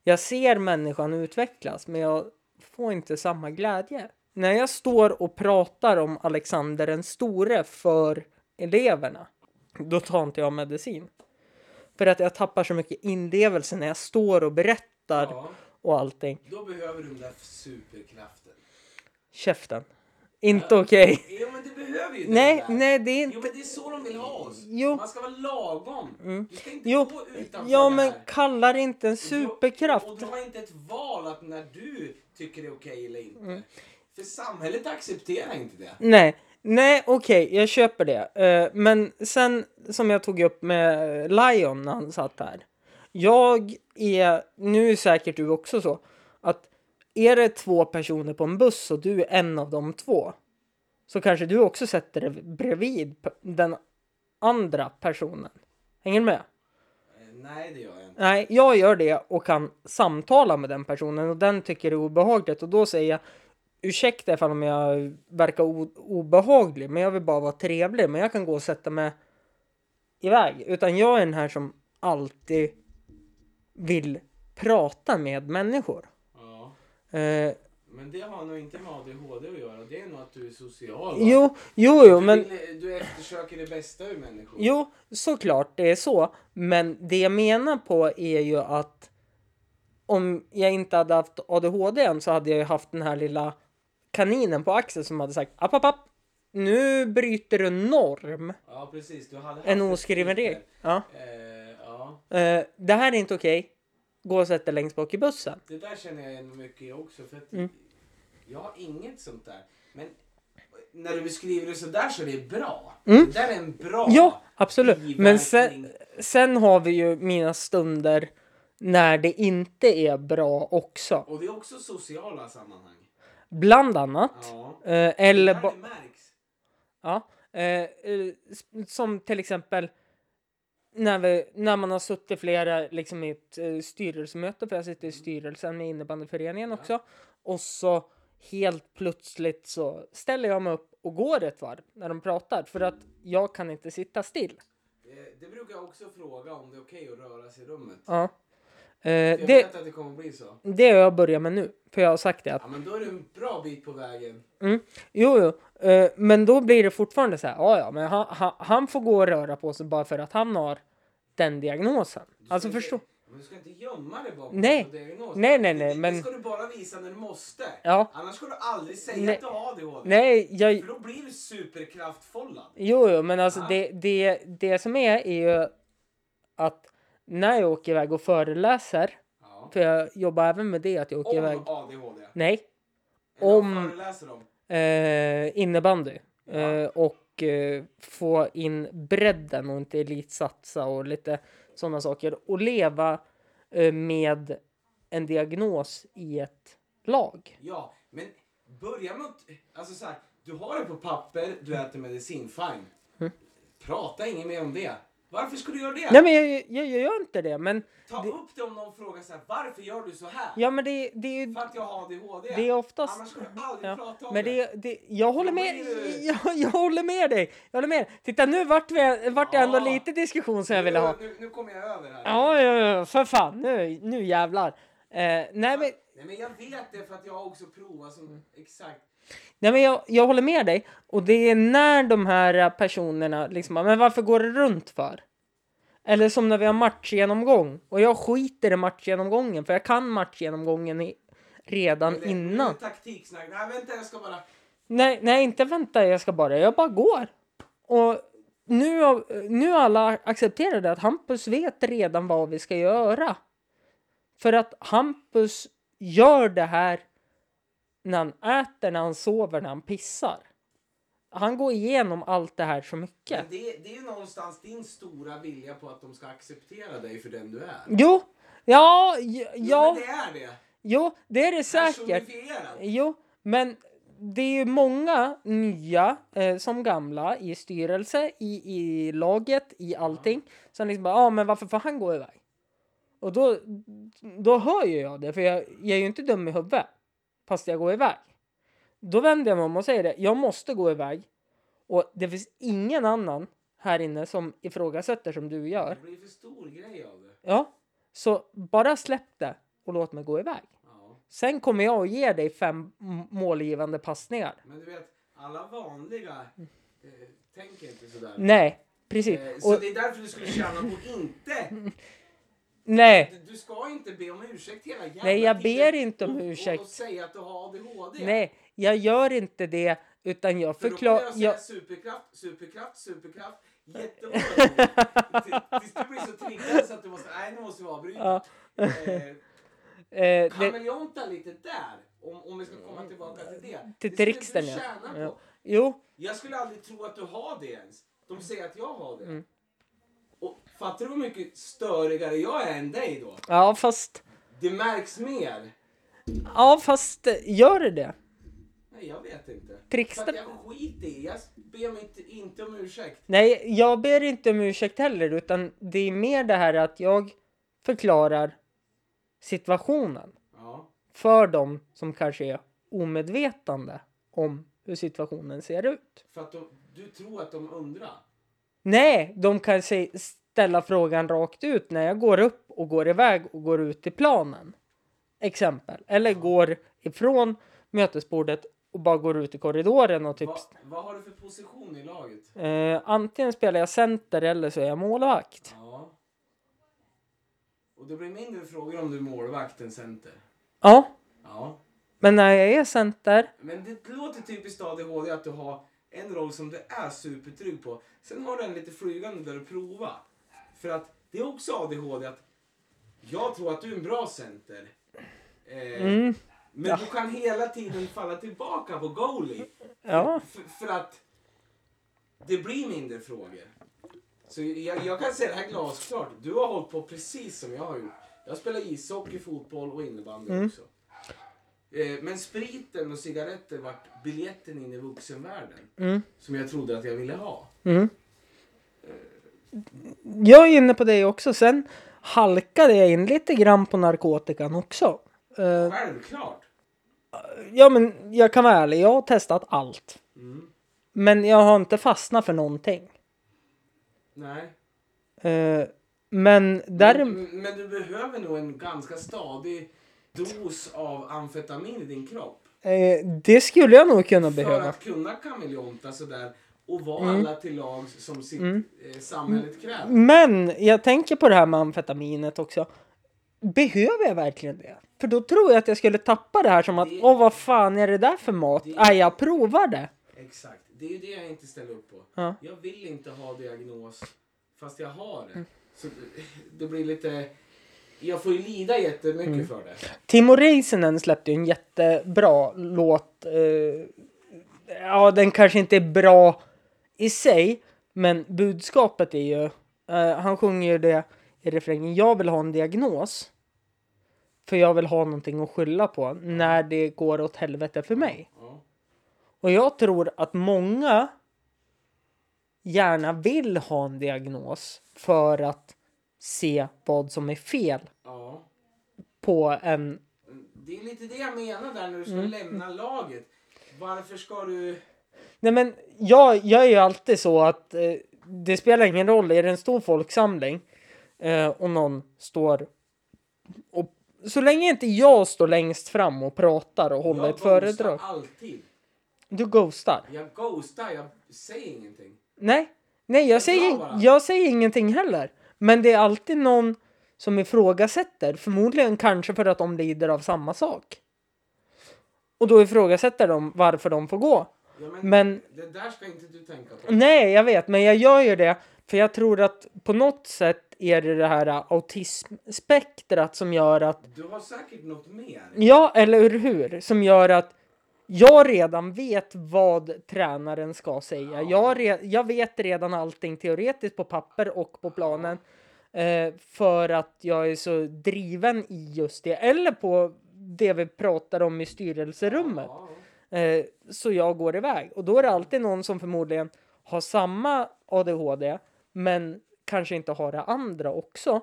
jag ser människan utvecklas men jag får inte samma glädje. När jag står och pratar om Alexander den store för eleverna då tar inte jag medicin. För att jag tappar så mycket inlevelse när jag står och berättar
Ja.
och allting.
Då behöver du den där superkraften.
Käften. Inte okej.
Jo men du behöver ju
Nej,
den där.
nej det är
Jo
inte...
men det är så de vill ha oss.
Jo. Mm.
Man ska vara lagom. Du ska inte
Jo,
gå utanför
ja
det
men
här.
kalla det inte en superkraft.
Och du har inte ett val att när du tycker det är okej eller inte.
Mm.
För samhället accepterar inte det.
Nej, nej okej, jag köper det. Eh, men sen som jag tog upp med eh, Lion när han satt här. Jag är, nu är säkert du också så, att är det två personer på en buss och du är en av de två så kanske du också sätter dig bredvid p- den andra personen. Hänger du med?
Eh, Nej det gör jag inte.
Nej, jag gör det och kan samtala med den personen och den tycker det är obehagligt och då säger jag ursäkta ifall om jag verkar o- obehaglig men jag vill bara vara trevlig men jag kan gå och sätta mig iväg utan jag är den här som alltid vill prata med människor.
Ja.
Eh,
Men det har nog inte med ADHD att göra. Det är nog att du är social. va?
jo, jo,
du,
jo, men
vill, eh, du eftersöker det bästa ur människor.
Jo, såklart det är så. Men det jag menar på är ju att om jag inte hade haft ADHD än så hade jag ju haft den här lilla kaninen på axeln som hade sagt app, app, app. Nu bryter du norm.
Ja precis. Du hade haft
En
ett
oskriven
filter.
regel. Ja.
Eh, ja.
Eh, det här är inte okej. Gå och sätt dig längst bak i bussen.
Det där känner jag igen mycket i också. För att
Mm.
Jag har inget sånt där. Men när du beskriver det sådär så är det bra. Det där är en bra
Mm. Ja, absolut. Men sen,
biverkning.
sen har vi ju mina stunder när det inte är bra också.
Och det är också sociala sammanhang.
Bland annat.
Ja.
Eh, eller
Där
ba-
det märks.
Ja, eh, eh, s- som till exempel när, vi, när man har suttit flera liksom, i ett eh, styrelsemöte, för jag sitter i styrelsen i innebandyföreningen också, och så helt plötsligt så ställer jag mig upp och går ett varv när de pratar för att jag kan inte sitta still.
Eh, Det brukar jag också fråga om det är okej att röra sig i rummet.
Ja. Eh,
Jag
det,
vet att det kommer bli så.
det har jag börjat med nu, för jag har sagt det. Att,
Ja, men då är du en bra bit på vägen.
mm, jo, jo. Eh, men då blir det fortfarande så här, ja, ja, men han, han, han får gå och röra på sig bara för att han har den diagnosen. Alltså
ska
förstå.
inte- Men du ska inte gömma dig bakom
Nej.
diagnos.
Nej, nej, nej,
Det, det
men-
ska du bara visa när du måste.
Ja.
Annars ska du aldrig säga
Nej.
att du har ADHD.
Nej, jag,
För då blir du superkraftfollad.
Jo, jo, men alltså
Ja.
det, det, det som är är ju att när jag åker iväg och föreläser,
Ja.
för jag jobbar även med det att jag åker
Om
iväg.
ADHD.
Nej,
Eller
Om-
vad föreläser de?
eh, innebandy.
Ja.
Eh, och eh, få in bredden och inte elitsatsa och lite sådana saker. Och leva eh, med en diagnos i ett lag.
Ja, men börja med att... Alltså så här, du har det på papper, du äter medicin, fine. Prata inget mer om det. Varför skulle du göra det?
Mm. Nej, men jag, jag, jag gör inte det, men,
Ta
det-
upp det om någon frågar så här, varför gör du så här?
ja, men det, det är ju
För att jag har ADHD.
Det är oftast...
Annars skulle du aldrig
Ja.
prata om
Men
det.
det, det, jag, håller
Då
med,
blir det-
jag, jag håller med dig. Jag håller med. dig. Titta nu vart, vi, vart det ändå
Ja.
lite diskussion som jag ville ha.
Nu, nu, nu kommer jag över här.
Ja, ja, ja, för fan. Nu, nu jävlar. Eh, nej, men, Mm.
Nej, men jag vet det för att jag har också provat som exakt.
nej, men jag, jag håller med dig. Och det är när de här eh, personerna liksom, men varför går det runt för? Eller som när vi har matchgenomgång och jag skiter i matchgenomgången för jag kan matchgenomgången i, redan
Eller-
innan.
eller Taktiksnack. Nej, vänta, jag ska bara...
Nej, nej, inte vänta, jag ska bara, jag bara går. Och nu, har- nu har alla accepterat det, att Hampus vet redan vad vi ska göra. För att Hampus gör det här när han äter, när han sover, när han pissar. Han går igenom allt det här så mycket.
Men det, det är ju någonstans din stora vilja på att de ska acceptera dig för den du är.
Jo, ja, j- ja,
Men det är det.
jo, det är det säkert.
Personifierat.
Jo, men det är ju många nya eh, som gamla i styrelse, i, i laget, i allting. Som liksom bara, ja ah, men varför får han gå iväg? Och då, då hör ju jag det, för jag, jag är ju inte dum i huvudet. Fast jag går iväg. Då vänder jag mig om och säger det, jag måste gå iväg. Och det finns ingen annan här inne som ifrågasätter som du gör.
Det blir för stor grej av det.
Ja, så bara släpp det och låt mig gå iväg.
Ja.
Sen kommer jag att ge dig fem m- målgivande passningar.
Men du vet, alla vanliga eh, tänker inte sådär.
Nej, precis.
Eh, så
Mm. Och,
det är därför du skulle tjäna på att inte.
nej,
Du, du ska inte be om ursäkt hela jävla
nej, jag
tiden.
ber inte om
Och-
ursäkt.
Och, och säga att du har ADHD.
Nej, jag gör inte det, utan jag
För då kommer
förklarar...
jag säga
Jag,
superkraft, superkraft, superkraft. Jättemånga gånger. Tills du blir så triggad så att du måste, nej nu måste vi avbryta. Eh,
eh, det,
Kameleonta lite där. Om, om vi ska komma tillbaka till det.
Till
det skulle
tricksten,
du
ja.
tjäna på.
Ja. jo,
Jag skulle aldrig tro att du har det ens. De säger att jag har det. Och fattar du hur mycket störigare jag är än dig då?
ja fast...
Det märks mer.
Ja, fast eh, gör det det?
Nej, jag vet inte.
Tricksten-
För att jag skiter i. Jag ber mig inte, inte om ursäkt.
Nej, jag ber inte om ursäkt heller, utan det är mer det här att jag förklarar situationen
Ja.
för dem som kanske är omedvetande om hur situationen ser ut.
För att de, du tror att de undrar.
Nej, de kan se- ställa frågan rakt ut när jag går upp och går iväg och går ut i planen. Exempel. Eller går ifrån mötesbordet och bara går ut i korridoren och typ...
Va, vad har du för position i laget?
Eh, antingen spelar jag center eller så är jag målvakt.
Ja. Och det blir mindre frågor om du är målvakt än center.
Ja,
Ja.
men när jag är center...
Men det låter typiskt ADHD att du har en roll som du är supertrygg på. Sen har du en lite flygande där du provar. För att det är också ADHD att jag tror att du är en bra center. Eh, Men du kan hela tiden falla tillbaka på goalie.
Ja,
För, för att det blir mindre frågor. Så jag, jag kan säga det här glasklart. Du har hållit på precis som jag har gjort. Jag spelar ishockey, fotboll och innebandy också. Eh, Men spriten och cigaretter vart biljetten in i vuxenvärlden. Som jag trodde att jag ville ha.
jag är inne på det också. Sen halkade jag in lite grann på narkotikan också. Eh,
Självklart.
ja, men jag kan vara ärlig. Jag har testat allt.
Mm.
Men jag har inte fastnat för någonting.
Nej.
Eh, Men där...
Men, men du behöver nog en ganska stadig dos av amfetamin i din kropp.
Eh, det skulle jag nog kunna
För
behöva. Mm.
att kunna kameleonta sådär och vara alla till lag som sitt, eh, samhället kräver.
Men jag tänker på det här med amfetaminet också. Behöver jag verkligen det? För då tror jag att jag skulle tappa det här som att
Det-
åh vad fan är det där för mat?
Det-
Nej, jag provar det.
Exakt. Det är ju det jag inte ställer upp på.
Ja.
Jag vill inte ha diagnos fast jag har det.
Mm.
Så det blir lite... Jag får ju lida jättemycket
Mm.
för det.
Timo Reisinen släppte ju en jättebra låt. eh, ja, den kanske inte är bra i sig, men budskapet är ju... eh, han sjunger ju det i refrängen. Jag vill ha en diagnos. För jag vill ha någonting att skylla på när det går åt helvete för mig.
Ja.
Och jag tror att många gärna vill ha en diagnos för att se vad som är fel
ja.
på en...
Det är lite det jag menar där när du ska
Mm.
lämna laget. Varför ska du...
Nej men jag, jag är ju alltid så att eh, det spelar ingen roll, är det en stor folksamling eh, och någon står och så länge inte jag står längst fram och pratar och håller
Jag
ett föredrag.
ghostar alltid.
Du ghostar.
Jag ghostar, jag säger ingenting.
Nej, nej jag,
Jag drar
säger,
bara.
jag säger ingenting heller. Men det är alltid någon som ifrågasätter, förmodligen kanske för att de lider av samma sak. Och då ifrågasätter de varför de får gå.
Ja, men,
Men Mm.
det där ska inte du tänka på.
nej, jag vet, men jag gör ju det för jag tror att på något sätt är det det här ä, autismspektrat som gör att
Du har säkert något mer.
Ja, eller hur? Som gör att jag redan vet vad tränaren ska säga. Jag, re- jag vet redan allting teoretiskt på papper och på planen. Eh, för att jag är så driven i just det. Eller på det vi pratar om i styrelserummet.
Ja,
Eh, så jag går iväg. Och då är det alltid någon som förmodligen har samma ADHD men kanske inte har det andra också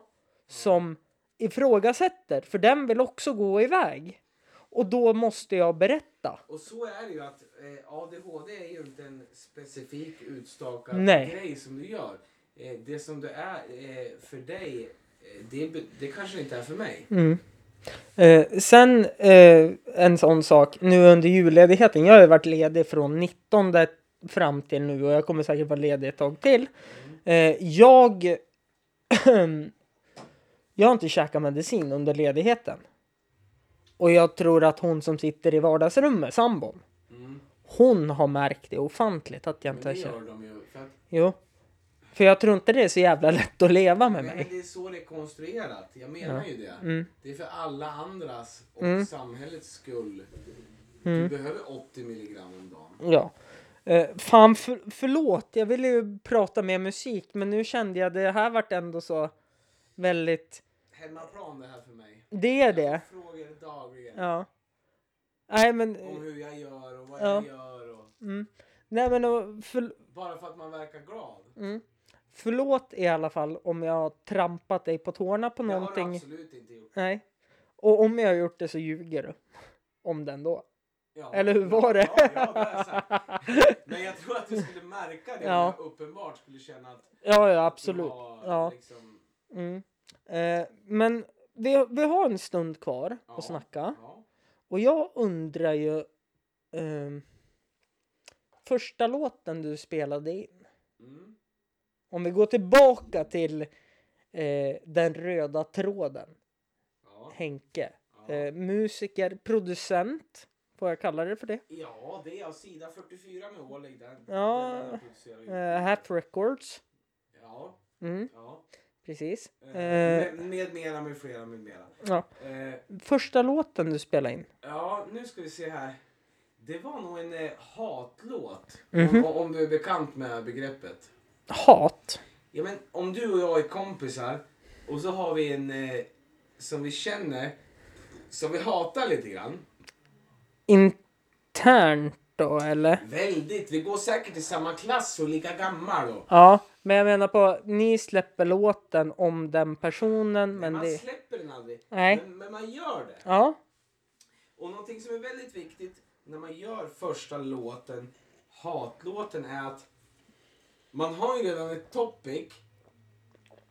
som ifrågasätter för den vill också gå iväg. Och då måste jag berätta.
och så är det ju att eh, ADHD är ju inte en specifik utstakad
Nej.
grej som du gör. Eh, det som det är eh, för dig, eh, det, be- det kanske inte är för mig.
Mm, Eh, sen eh, en sån sak nu under julledigheten. Jag har ju varit ledig från 19 fram till nu och jag kommer säkert vara ledig ett tag till. Eh, jag jag har inte käkat medicin under ledigheten. Och jag tror att hon som sitter i vardagsrummet, sambon,
Mm.
hon har märkt det ofantligt att jag
Men
inte
det
har käkat.
gör de ju. För att,
Jo. För jag tror inte det är så jävla lätt att leva med
men
mig. Mm.
det är så det är konstruerat. Jag menar ju det. Det är för alla andras och samhällets skull.
Mm.
Du behöver 80 milligram om dagen.
Ja. Eh, fan, för, förlåt. Jag ville ju prata mer musik, men nu kände jag det här vart ändå så väldigt...
Hemmaplan det här för mig.
Det är det.
Jag får frågor dagligen.
Ja. Nej, men...
Om hur jag gör och vad
Ja.
jag gör. Och,
Mm. Nej, men och för,
bara för att man verkar glad.
Mm, förlåt i alla fall om jag har trampat dig på tårna på
Det har du
någonting.
absolut inte gjort.
Nej. Och om jag har gjort det så ljuger du. Om den då.
Ja,
Eller hur var det?
Ja, ja, det har jag sagt. Men jag tror att du skulle märka det.
Ja.
Ja. Uppenbart skulle känna att
Ja, ja,
du
absolut.
har
Ja.
liksom...
Mm. Eh, men vi, vi har en stund kvar
Ja.
att snacka.
Ja.
Och jag undrar ju... ehm, första låten du spelade in.
Mm.
Om vi går tillbaka till eh, den röda tråden.
Ja.
Henke.
Ja.
Eh, musiker, producent. Får jag kalla det för det?
ja, det är av sida 44 med Oleg. Den,
Ja.
den där producerar ju.
Eh, Hap Records.
Ja,
Mm,
ja.
precis.
Eh,
Eh,
Med, med mera, med flera, med mera.
ja.
Eh,
Första låten du spelade in.
Ja, nu ska vi se här. Det var nog en eh, hatlåt.
Mhm.
Om, om du är bekant med begreppet.
Hat.
Ja, men om du och jag är kompisar och så har vi en eh, som vi känner, som vi hatar lite grann.
Internt då, eller?
Väldigt. Vi går säkert i samma klass och är lika gammal då.
Ja, men jag menar på ni släpper låten om den personen, men
man
det...
släpper den aldrig.
Nej.
Men, men man gör det.
Ja.
Och någonting som är väldigt viktigt när man gör första låten, hatlåten, är att man har ju redan ett topic.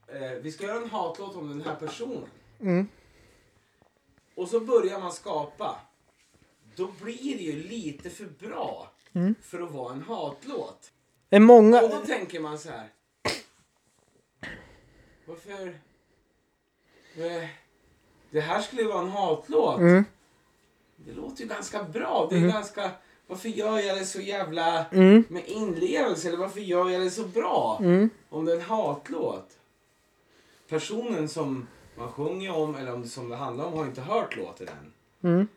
eh, vi ska göra en hatlåt om den här personen.
Mm.
Och så börjar man skapa. Då blir det ju lite för bra för att vara en hatlåt.
Det är många...
Och då tänker man så här. Varför? Eh, Det här skulle ju vara en hatlåt.
Mm.
Det låter ju ganska bra. Det är ganska... Varför gör jag det så jävla
Mm.
med inlevelse? Eller varför gör jag det så bra?
Mm.
Om det är en hatlåt. Personen som man sjunger om eller om det som det handlar om har inte hört låten än.
Mm.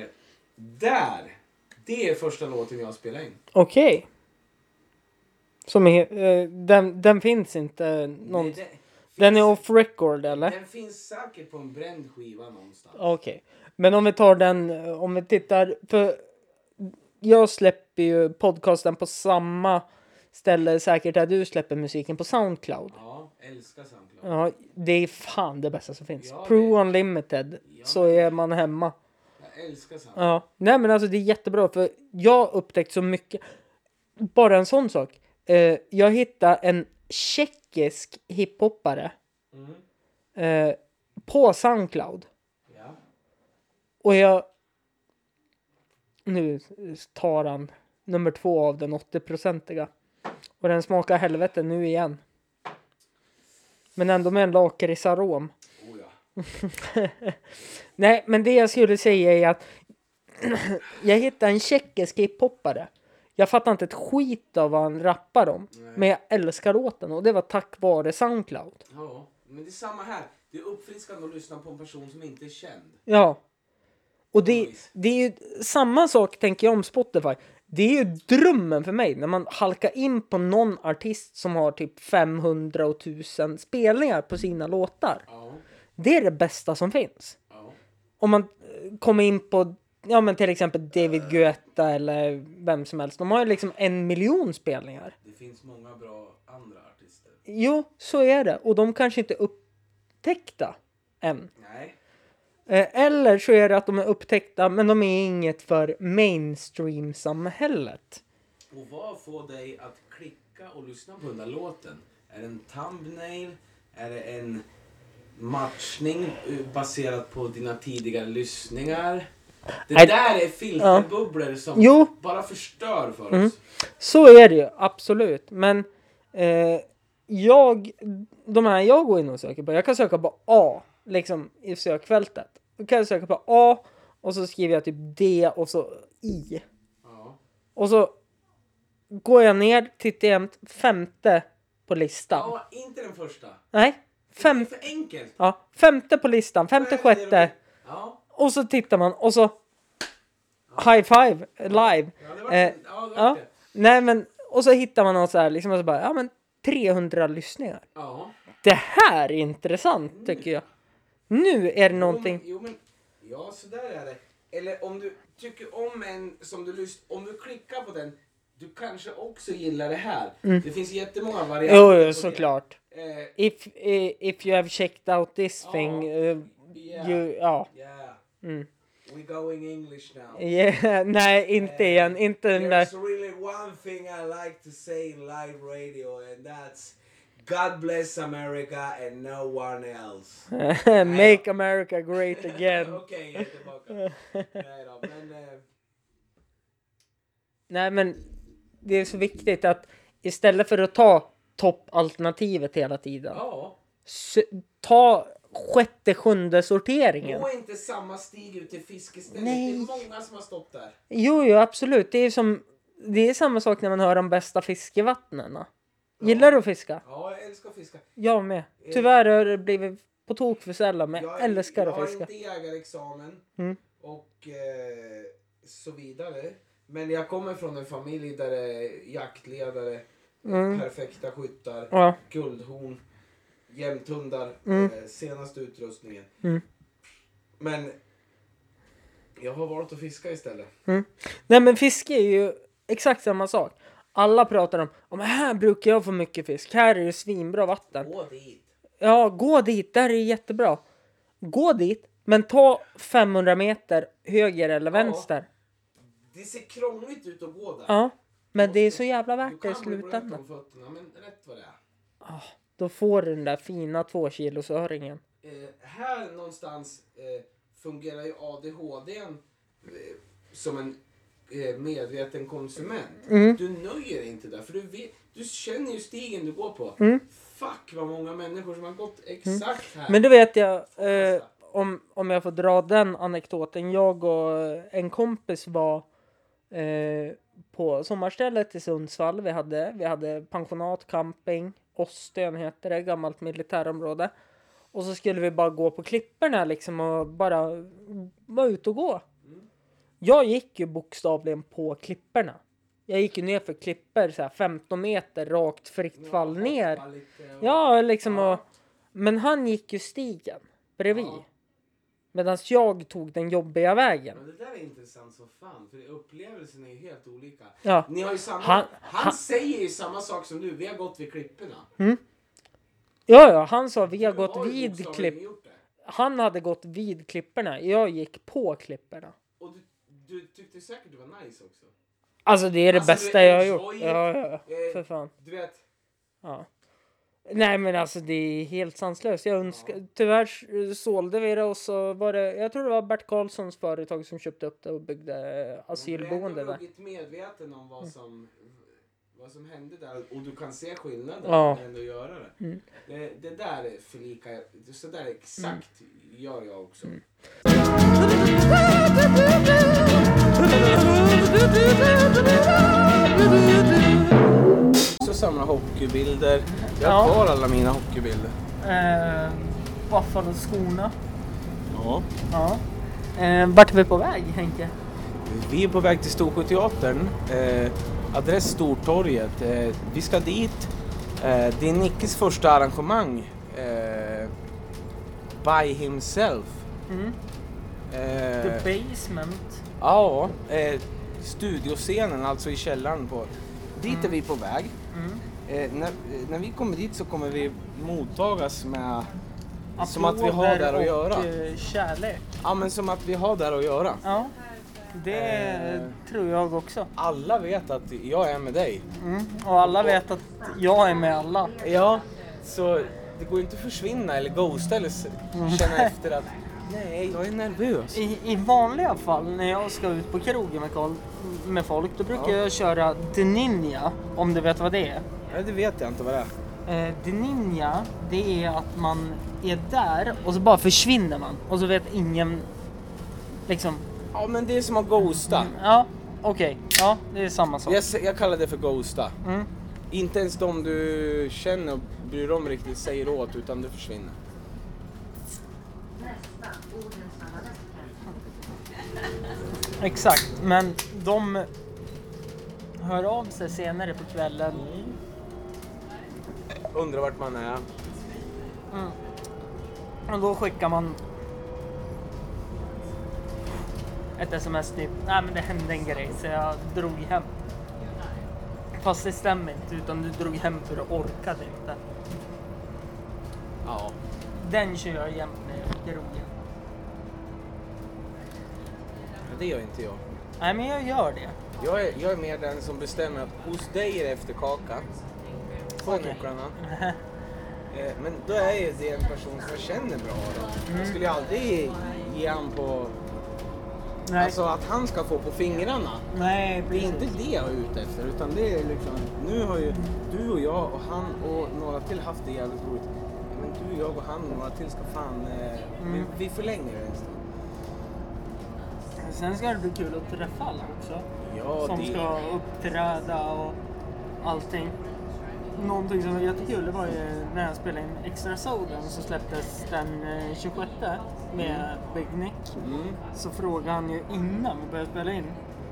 Eh, där! Det är första låten jag spelar in.
Okej. Som är... Eh, den, den finns inte någon...
Det- det-
Den är
finns-
off record eller?
Den finns säkert på en bränd skiva någonstans.
Okej. Men om vi tar den, eh, om vi tittar, för jag släpper ju podcasten på samma ställe säkert där du släpper musiken på Soundcloud.
Ja, älskar Soundcloud.
Ja, det är fan det bästa som finns.
Ja,
Pro
det-
Unlimited,
Ja.
så är man hemma.
Jag älskar Soundcloud.
Ja, nej men alltså det är jättebra för jag har upptäckt så mycket. Bara en sån sak. Eh, jag hittade en tjeckisk hiphoppare
Mm.
eh, på Soundcloud.
Ja.
Och jag... Nu tar han nummer två av den 80-procentiga. Och den smakar helvete nu igen. Men ändå med en lakritsarom.
Oh, ja.
Nej, men det jag skulle säga är att jag hittade en tjeckisk hiphoppare. Jag fattar inte ett skit av vad han rappar om. Men jag älskar låten och det var tack vare Soundcloud.
ja. Men det är samma här. Det är uppfriskande att lyssna på en person som inte är känd.
Ja. Och det,
Nice.
det är ju samma sak tänker jag om Spotify. Det är ju drömmen för mig när man halkar in på någon artist som har typ 500 och 1000 spelningar på sina låtar.
Ja.
Det är det bästa som finns.
Ja.
Om man eh, kommer in på ja, men till exempel David Guetta eller vem som helst. De har ju liksom en miljon spelningar.
Det finns många bra andra artister.
Jo, så är det. Och de kanske inte är upptäckta än.
Nej.
Eh, Eller så är det att de är upptäckta men de är inget för mainstream-samhället.
Och vad får dig att klicka och lyssna på den där låten? Är det en thumbnail? Är det en matchning eh, baserat på dina tidigare lyssningar? Det
Nej.
där är filterbubblor som
Jo. Mm.
bara förstör för oss.
Så är det ju, absolut. Men eh, jag, de här jag går in och söker på, jag kan söka på A liksom i sökfältet. Då kan jag söka på A och så skriver jag typ D och så I.
Ja.
Och så går jag ner, tittar jämt, femte på listan.
ja, inte den första.
Nej,
Det är
femte,
för enkelt.
ja, femte på listan, femte,
Vad är det
sjätte.
de- Ja,
Och så tittar man och så high five live.
ja, det var,
Eh,
ja, det var
ja.
det.
Nej men och så hittar man någon så här liksom och så bara ja men 300 lyssningar.
Ja.
Det här är intressant tycker jag. Nu är det någonting.
Mm. Jo, men, jo, men, ja, så där är det. Eller om du tycker om en som du lyssnar, om du klickar på den, du kanske också gillar det här. Det finns jättemånga varianter.
Mm. Jo,
på
jo
det.
såklart.
Eh,
If, eh, if you have checked out this
Ja.
thing. eh,
Yeah.
you, ja.
yeah.
Mm.
We going English now.
Yeah, nej inte
Eh,
igen. Inte den där.
There's really one thing I like to say in live radio and that's God bless America and no one else.
Make America great again.
Okej, jag är tillbaka. Nej då, men... Eh,
Nej, men det är så viktigt att istället för att ta toppalternativet hela tiden,
ja.
s- ta sjätte, sjunde sorteringen.
Gå inte samma stig ut till fiskestället.
Nej.
Det är många som har stått där.
Jo, jo, absolut. Det är som det är samma sak när man hör de bästa fiskevattnen. Gillar du att fiska?
Ja, jag älskar att fiska.
Jag med. Tyvärr har det blivit på tok för sällan, men
Eh. Jag,
jag älskar
jag
att
har
fiska.
inte jägarexamen
Mm.
och eh, så vidare. Men jag kommer från en familj där det är jaktledare, perfekta skyttar,
Mm. Ja.
guldhorn, jämthundar, eh, senaste utrustningen.
Mm.
Men jag har valt att fiska istället.
Nej, men fiske är ju exakt samma sak. Alla pratar om, om här brukar jag få mycket fisk, här är det svinbra vatten.
Gå dit.
Ja, gå dit. Där är det jättebra. Gå dit, men ta 500 meter höger eller vänster.
Det ser krångligt ut att gå där.
Ja, men det är så jävla värt det i
Du kan bli blöt
slutändan. Ah,
om fötterna, men rätt vad det är.
Då får du den där fina tvåkilosöringen.
Eh, här någonstans eh, fungerar ju ADHD eh, som en eh, medveten konsument.
Mm.
Du nöjer dig inte där för du, vet, du känner ju stigen du går på.
Mm.
Fuck vad många människor som har gått exakt här.
Men det vet jag, eh, om, om jag får dra den anekdoten. Jag och en kompis var eh, på sommarstället i Sundsvall. Vi hade, vi hade pensionat, camping, Åstön heter det, gammalt militärområde. Och så skulle vi bara gå på klipporna liksom och bara vara ute och gå. Jag gick ju bokstavligen på klipporna. Jag gick ju ner för klippor så här 15 meter rakt fritt fall ner.
Hoppa lite och-
Ja, liksom
Ja.
och... Men han gick ju stigen bredvid.
Ja.
Medan jag tog den jobbiga vägen.
Men det där är intressant som fan för upplevelsen är ju helt olika.
Ja.
Ni har ju samma, han,
Han- han-
säger ju samma sak som du, vi har gått vid klipporna.
Ja, ja, han sa vi har
Du
gått
ju
vid
bokstavligen
klipp.
gjort det.
Han hade gått vid klipporna. Jag gick på klipporna.
Och du, du tyckte säkert det var nice också.
Alltså det är det
Alltså,
bästa
det är
jag har gjort.
skojigt.
Ja, ja, ja.
Eh,
För fan.
Du vet,
Ja. Nej men alltså det är helt sanslöst. Jag önskar, tyvärr s- sålde vi det och så var det, jag tror det var Bert Karlssons företag som köpte upp det och byggde eh,
Du
asylboende
är
där.
ändå ruggigt medveten om
Mm.
vad som, vad som hände där och du kan se skillnaden
Ja. Mm.
men ändå göra det. det. Det där är förlika, så där exakt gör jag också.
Mm.
Så samlar hockeybilder. Jag
har Ja. kvar
alla mina hockeybilder.
Eh, Buffalo-skorna.
Ja.
Ja. Eh, vart är vi på väg Henke?
Eh, Vi är på väg till Storsjöteatern. Eh, adress Stortorget. Eh, vi ska dit. Eh, det är Nickes första arrangemang. Eh, by himself.
Mm. The
Eh,
Basement.
ja, eh, studioscenen, alltså i källaren. På. Dit är vi på väg.
Mm.
Eh, när, eh, när vi kommer dit så kommer vi mottagas med... Som att vi har där att göra.
och eh, kärlek.
Ja, men som att vi har där att göra.
Ja. Det
Eh.
tror jag också.
Alla vet att jag är med dig.
Mm. Och alla vet att jag är med alla.
Ja, så det går ju inte att försvinna eller ghosta eller s- känna efter att nej, Mm. jag är nervös.
I, I vanliga fall när jag ska ut på krogen med, kol- med folk då brukar
Ja.
jag köra De Ninja, om du vet vad det är.
Nej, det vet jag inte vad det är.
Eh, De Ninja, det är att man är där och så bara försvinner man och så vet ingen liksom
Ja, men det är som att ghosta.
Ja, okej. Ja, det är samma sak.
Jag, s- jag kallar det för ghosta.
Mm.
Inte ens de du känner och bryr dig om riktigt säger åt utan du försvinner.
Exakt, men de hör av sig senare på kvällen.
Undrar vart man är.
Och då skickar man ett sms typ. Nej men det hände en grej så jag drog hem. Fast det stämmer inte utan du drog hem för typ. du orkade inte.
Ja.
Den kör jag jämt när jag är krogen.
men Det gör inte jag.
Nej men jag gör det.
Jag är, jag är mer den som bestämmer att hos dig är det efterkaka. Få nycklarna. Eh, Men då är ju det en person som jag känner bra.
Mm.
Då. Jag skulle ju aldrig ge han på...
Nej,
Alltså att han ska få på fingrarna.
Nej
Det är
precis.
inte det jag är ute efter. Utan det är liksom... Nu har ju du och jag och han och några till haft det jävligt roligt. Men du, jag och han och några till ska fan... Eh,
Mm.
vi, vi förlänger det en stund.
Sen ska det bli kul att träffa alla också.
Ja,
som
det...
ska uppträda och allting. Någonting som var jättekul det var ju när jag spelade in Extra Solen så släpptes den eh, 26 med Big Nick.
Mm.
Så frågade han ju innan vi började spela in.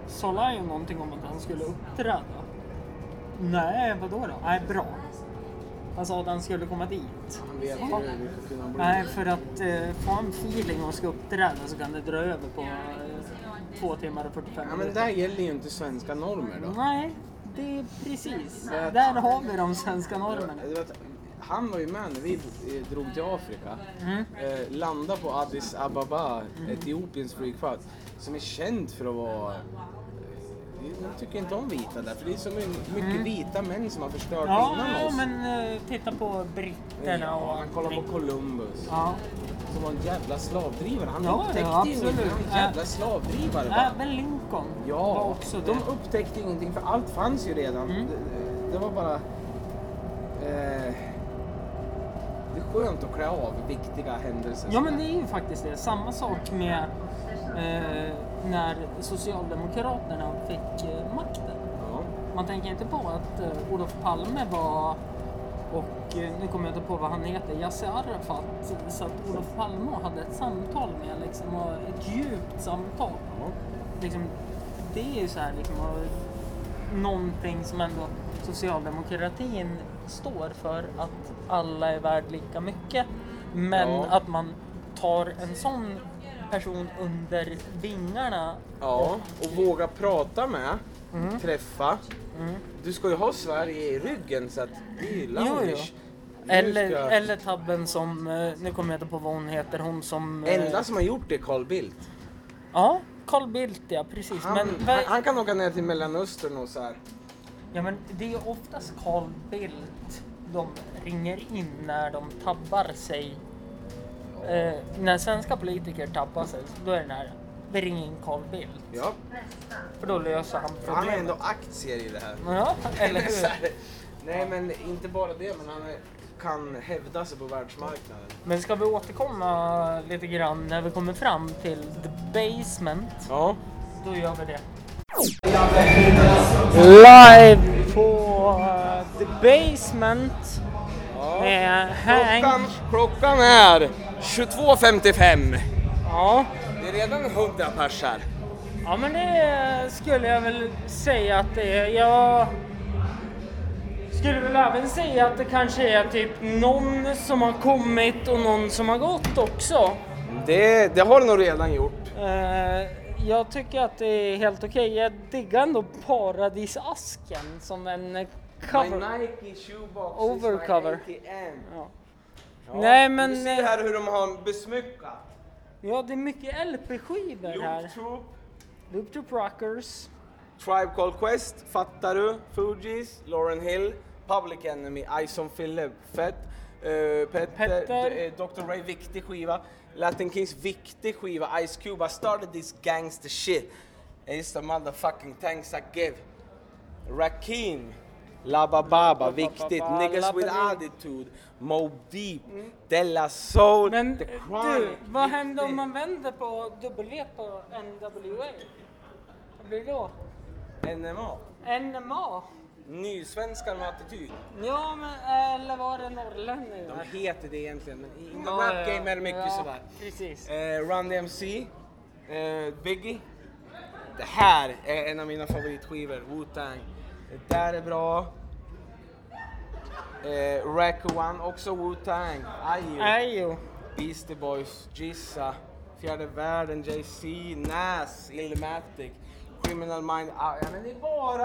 Sa Lion någonting om att han skulle uppträda? Nej, vadå då? Nej, bra. Han sa att han skulle komma dit.
Han vet hur det ska kunna bli.
Nej, för att eh, få en feeling och ska uppträda så kan det dra över på eh, två timmar och 45
Ja,
minuter.
men där gäller ju inte svenska normer då.
Nej, det är precis. Där har vi de svenska normerna.
Du vet, Han var ju med när vi eh, drog till Afrika.
Mm.
Eh, landa på Addis Ababa, Etiopiens flygplats, som är känd för att vara eh, Jag tycker inte om vita där, för det är så mycket vita män som har förstört
Mm. Ja,
innan
jo,
oss.
men eh, titta på britterna
Ja,
och...
han kollar på Columbus.
Ja,
Som var en jävla slavdrivare. Han
Ja,
upptäckte
ja,
ju
absolut.
ingenting. Han var en jävla slavdrivare. bara.
även Äh, Lincoln var
Ja,
också det.
de upptäckte ingenting för allt fanns ju redan.
Mm.
Det, det var bara... Eh, det är skönt att klä av viktiga händelser.
Ja, men det är ju faktiskt det. Samma sak med eh, när Socialdemokraterna fick eh, makten.
Ja.
Man tänker inte på att eh, Olof Palme var och eh, nu kommer jag inte på vad han heter, Yassir Arafat satt Olof Palme och hade ett samtal med liksom, och ett djupt samtal. Liksom, det är ju så här liksom, och någonting som ändå socialdemokratin står för att alla är värd lika mycket. Men
Ja.
att man tar en sån person under vingarna.
ja, och
Mm.
våga prata med, träffa. Du ska ju ha Sverige i ryggen så att det är
Jo, jo.
lounge. Nu
Eller,
ska-
eller tabben som, eh, nu kommer jag inte på vad hon heter, hon som... eh,
Enda som har gjort det är Carl Bildt.
Ja, Carl Bildt ja, precis.
Han,
men, vad-
han, han kan åka ner till Mellanöstern och så här.
ja, men det är ju oftast Carl Bildt de ringer in när de tabbar sig. Eh, när svenska politiker tabbar sig, då är det när vi ringer in Carl Bildt.
Ja,
För då löser han
han har
problemet.
ändå aktier i det här.
Ja, eller
Så
hur?
här, Nej men inte bara det, men han är- kan hävda sig på världsmarknaden.
Men ska vi återkomma lite grann när vi kommer fram till The Basement?
Ja.
Då gör vi det. Live på eh, The Basement Eh, med
Klockan,
Hank.
klockan är 22.55.
Ja.
Det är redan 100 pers här.
ja, men det skulle jag väl säga att det är. Jag skulle väl även säga att det kanske är typ någon som har kommit och någon som har gått också.
Det, det har du nog redan gjort.
Eh, jag tycker att det är helt okej. Jag diggar ändå Paradisasken som en eh,
My
cover.
Nike shoebox
Overcover.
is my ATM.
Ja. Nej, men- eh,
Du ser här hur de har besmyckat.
Ja, det är mycket LP-skivor här.
Loop Troop,
Loop to Rockers.
Tribe Called Quest, Fattar du? Fugees, Lauren Hill, Public Enemy, Ison Philip, Fett, eh, Petter,
Petter.
D- eh, Dr Ray, viktig skiva, Latin Kings, viktig skiva, Ice Cube, I started this gangster shit, it's the motherfucking thanks I give, Rakim, Labba Baba, viktigt,
Baba,
Niggas
Labba
with
Baba.
attitude, Mob Deep, Della Soul,
Men eh,
The
du,
Chronic,
vad händer om
viktigt.
man vänder på W på NWA? Vad blir det då?
NMA,
NMA?
Nysvenskan med attityd.
Ja, men eh, eller var det norrlänningar?
De heter det egentligen, men i- inom
Ja,
rap game är det mycket
ja,
sådär.
Precis.
Eh, Run DMC, eh, Biggie. Det här är en av mina favoritskivor, Wu-Tang. Det där är bra. Eh, Rack One, också Wu-Tang. Ayo,
Ajo.
Beastie Boys, Jizza, Fjärde Världen, JC, Nas, Illmatic, Criminal Mind. Ah, ja, men det är bara...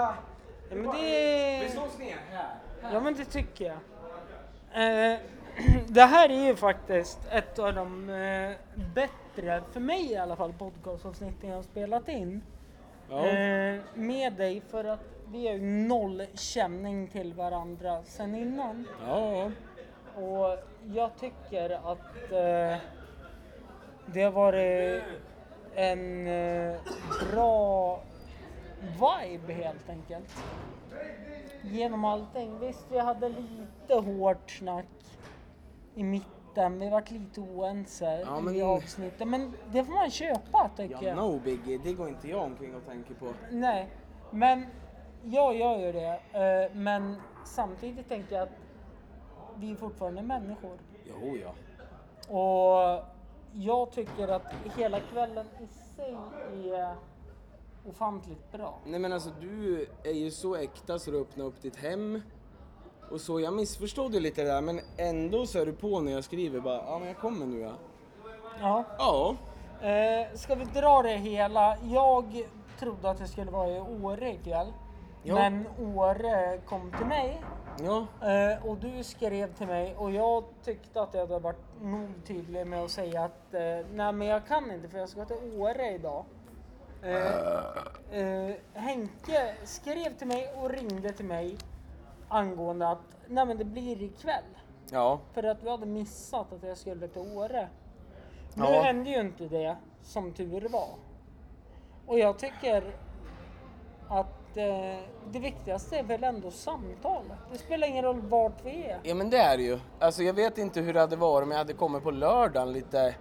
Ja, men det-
Vi slås ner här.
Ja, men det tycker jag. Eh, det här är ju faktiskt ett av de eh, bättre, för mig i alla fall, podcastavsnitten jag har spelat in. Eh, med dig för att vi har ju noll känning till varandra sen innan.
Ja.
Och jag tycker att eh, det har varit en eh, bra vibe helt enkelt. Genom allting. Visst, vi hade lite hårt snack i mitten. Vi vart lite oense
Ja, men-
i avsnittet. Men det får man köpa tycker
Ja,
jag.
no Biggie, det går inte jag omkring och tänker på.
Nej, men jag gör ju det. eh, Men samtidigt tänker jag att vi är fortfarande människor.
Jo, ja.
Och jag tycker att hela kvällen i sig är ofantligt bra.
Nej men alltså du är ju så äkta så du öppnar upp ditt hem. Och så, jag missförstod ju lite det där men ändå så är du på när jag skriver bara, ja men jag kommer nu ja.
Ja.
Ja.
Eh, ska vi dra det hela? Jag trodde att det skulle vara i Åre ikväll.
Ja.
Men Åre kom till mig
Ja.
Eh, och du skrev till mig och jag tyckte att jag hade varit nog tydlig med att säga att eh, nej men jag kan inte för jag ska till Åre idag. Eh, Eh, eh, Henke skrev till mig och ringde till mig angående att nej men det blir ikväll.
Ja.
För att vi hade missat att jag skulle till Åre. Nu
Ja.
hände ju inte det, som tur var. Och jag tycker att eh, det viktigaste är väl ändå samtalet. Det spelar ingen roll vart vi är.
Ja men det är det ju. Alltså jag vet inte hur det hade varit om jag hade kommit på lördagen lite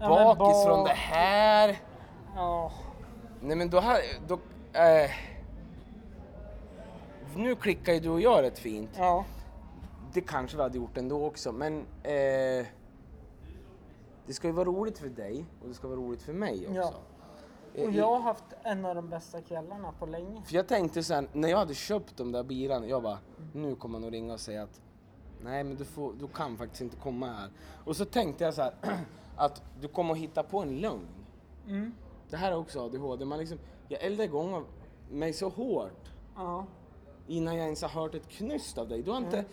men
bakis
bak-
från det här.
Ja,
Nej men då här, då, eh, Nu klickar ju du och jag rätt fint.
ja,
Det kanske vi hade gjort ändå också men eh, Det ska ju vara roligt för dig och det ska vara roligt för mig också. Eh,
ja. Och jag har haft en av de bästa kvällarna på länge.
För jag tänkte sen, när jag hade köpt de där bilarna, jag bara, nu kommer han att ringa och säga att nej men du, får, du kan faktiskt inte komma här. Och så tänkte jag så här, att du kommer att hitta på en lögn.
Mm.
Det här är också ADHD, man liksom, jag eldar igång av mig så hårt
Ja.
innan jag ens har hört ett knyst av dig. Du har inte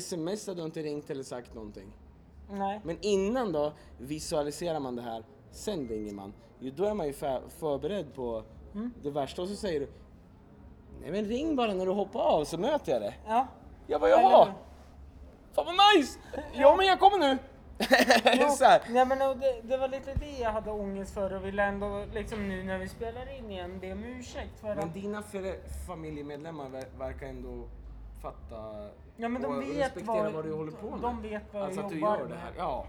smsat, du har inte ringt eller sagt någonting.
Nej.
Men innan då visualiserar man det här, sen ringer man. Jo, Då är man ju för, förberedd på
Mm.
det värsta och så säger du Nej men ring bara när du hoppar av så möter jag dig.
Ja.
Jag bara jaha! Fan vad nice! Ja men jag kommer nu! så här.
Nej, men och det, det var lite det jag hade ångest för och ville ändå liksom nu när vi spelar in igen be om ursäkt för att...
Men dina fre- familjemedlemmar ver- verkar ändå fatta
Ja men de
och
vet
respektera
vad,
vad, du håller på med.
De vet vad
alltså
jag
att du
jobbar
gör det här.
med.
Ja.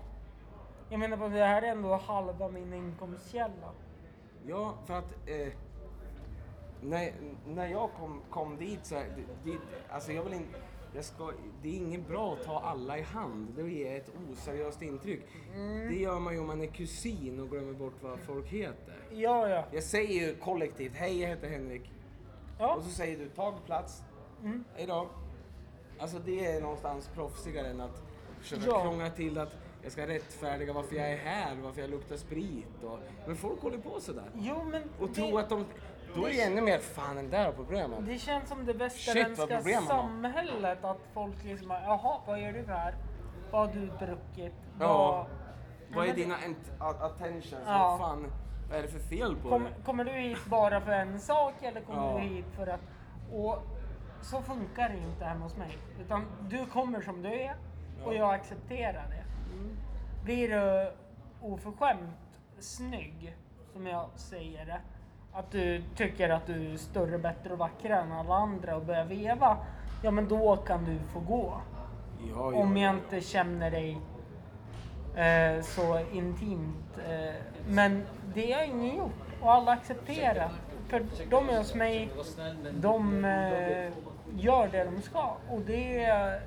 Jag menar på det här är ändå halva min inkomstkälla.
Ja, för att eh, när, när jag kom, kom dit så här, det, det, alltså jag vill inte, jag ska, det är inget bra att ta alla i hand. Det ger ett oseriöst intryck. Det gör man ju om man är kusin och glömmer bort vad folk heter.
Ja ja.
Jag säger ju kollektivt, hej jag heter Henrik.
Ja.
Och så säger du, tag plats. Hej då. Alltså det är någonstans proffsigare än att försöka
Ja.
krångla till att jag ska rättfärdiga varför jag är här, varför jag luktar sprit. Och, men folk håller på sådär.
Jo men
Och tro
det,
att de... Då är det ännu mer, fan den där har problemen.
det känns som det
Shit, vad
västerländska
problem han har.
samhället att folk liksom bara, jaha vad gör du här? Vad har du druckit?
Ja.
Vad...
Vad är
men det-
dina ent- a- attentions?
Ja.
Vad fan, vad är det för fel på
Kom,
dig?
kommer du hit bara för en sak eller kommer
Ja.
du hit för att... Och så funkar det inte hemma hos mig. Utan du kommer som du är och jag accepterar det. Blir du oförskämt snygg, som jag säger det, att du tycker att du är större, bättre och vackrare än alla andra och börjar veva, ja men då kan du få gå.
Ja, ja,
Om jag
ja, ja.
inte känner dig eh, så intimt. Eh, men det har ingen gjort och alla accepterar. För de är hos mig, de eh, gör det de ska och det eh,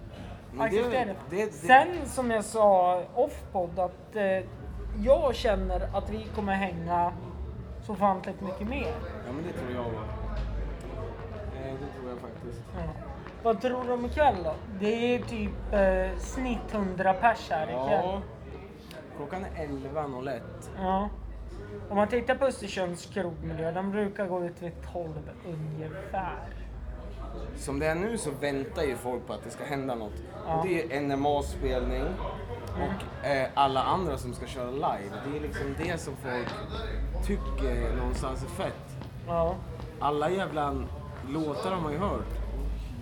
Men det-
accepterar
det- det-
jag. Sen som jag sa off-podd att eh, jag känner att vi kommer hänga så ofantligt mycket mer.
Ja, men det tror jag va. Eh, det tror jag faktiskt.
Ja. Vad tror du om ikväll då? Det är typ eh, snitt 100 pers här ikväll.
Ja. Klockan är 11.01.
Ja. Om man tittar på Östersunds krogmiljö, de brukar gå ut vid 12 ungefär.
Som det är nu så väntar ju folk på att det ska hända något. Och det är NMA-spelning och eh, alla andra som ska köra live. Det är liksom det som folk tycker någonstans är fett.
Ja.
Alla jävla låtar har man ju hört.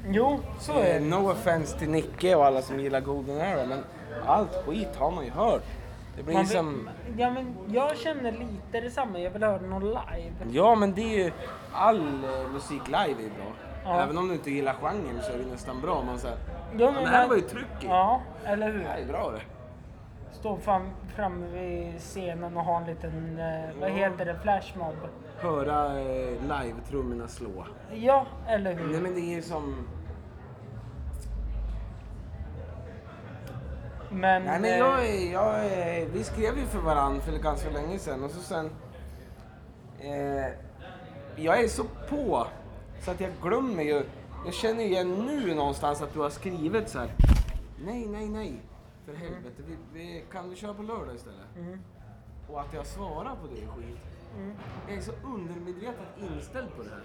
Jo, så är
Eh,
det.
no offense till Nicke och alla som gillar Golden Era men allt skit har man ju hört. Det blir
Man
som...
vill, ja, men jag känner lite detsamma, jag vill höra någon live.
Ja men det är ju... All eh, musik live är bra.
Ja.
Även om du inte gillar genren så är det nästan bra. Man säger men
Jag
det
menar-
här var ju tryck i.
Ja, eller
det här är
hur?
bra det.
Stå fram, framme vid scenen och ha en liten, eh, vad
Ja.
heter det, flashmob.
höra eh, live-trummorna slå.
Ja, eller hur?
Nej men det är ju som...
Men,
Nej men
eh,
jag är, jag är... Vi skrev ju för varandra för ganska länge sedan och så sen... Eh, jag är så på så att jag glömmer ju... Jag känner ju igen nu någonstans att du har skrivit så här. Nej, nej, nej. För
Mm.
helvete, vi, vi, kan du köra på lördag istället? Och att jag svarar på det är skit.
Mm.
Jag är så undermedvetet inställd på det här.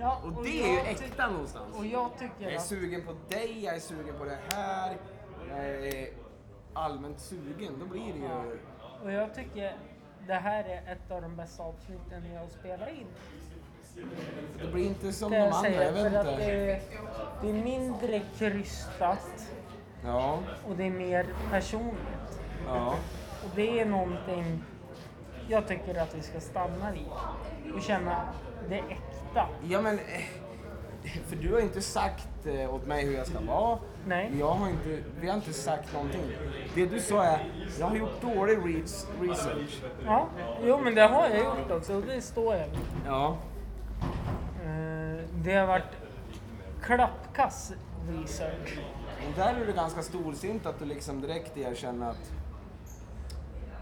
ja,
Och, det är ju
jag ty-
äkta någonstans.
Och jag
Jag
tycker
är
att...
sugen på dig, jag är sugen på det här. Jag är allmänt sugen. Då blir det ju...
Och jag tycker det här är ett av de bästa avsnitten jag spelar in.
Det blir inte som
Det
de
jag
andra,
säger,
jag vet
för att det
inte.
är, det är mindre krystat
Ja,
och det är mer personligt.
ja.
Och det är någonting jag tycker att vi ska stanna i och känna det äkta.
Ja men, eh, för du har inte sagt eh, åt mig hur jag ska vara.
Nej.
Jag har inte, vi har inte sagt någonting. Det du sa är, jag har gjort dålig re- research.
Ja, jo men det har jag gjort också och det står jag vid.
Ja.
Eh, Det har varit klappkass research.
Men där är det ganska storsint att du liksom direkt erkänner att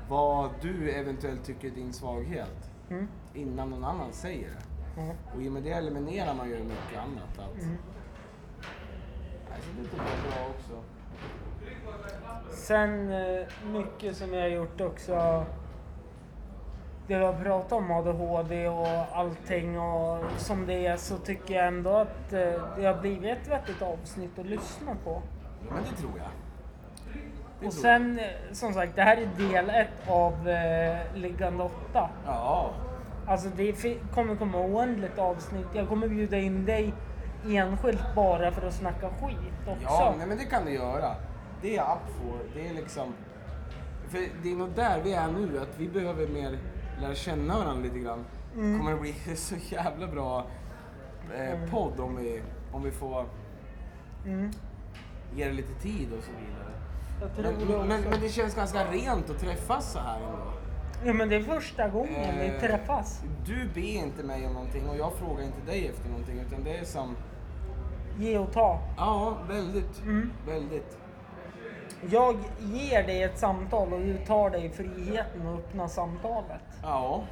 vad du eventuellt tycker är din svaghet
Mm.
innan någon annan säger det.
Ja.
Och i och med det eliminerar man ju mycket annat. Att... Jag känner inte det bra också.
Sen eh, mycket som jag har gjort också. Det vi har pratat om ADHD och allting och som det är så tycker jag ändå att eh, det har blivit ett vettigt avsnitt att lyssna på.
Men det tror jag. Det
Och
tror
sen eh, som sagt, det här är del ett av eh, Liggande åtta.
jag. Ja.
Alltså det fi- kommer komma oändligt avsnitt. Jag kommer bjuda in dig enskilt bara för att snacka skit också.
Ja, nej, men det kan du göra. Det är up for. Det är liksom... För det är nog där vi är nu, att vi behöver mer lära känna varandra lite grann.
Mm.
kommer det bli så jävla bra eh, podd om vi, om vi får
Mm.
ge det lite tid och så vidare.
Jag tror det
Men, men,
också.
men det känns ganska rent att träffas så här ändå.
Ja, men det är första gången
Eh,
vi träffas.
Du ber inte mig om någonting och jag frågar inte dig efter någonting utan det är som...
Ge och ta.
Ja, väldigt.
Mm.
Väldigt.
Jag ger dig ett samtal och du tar dig friheten att öppna samtalet.
Ja.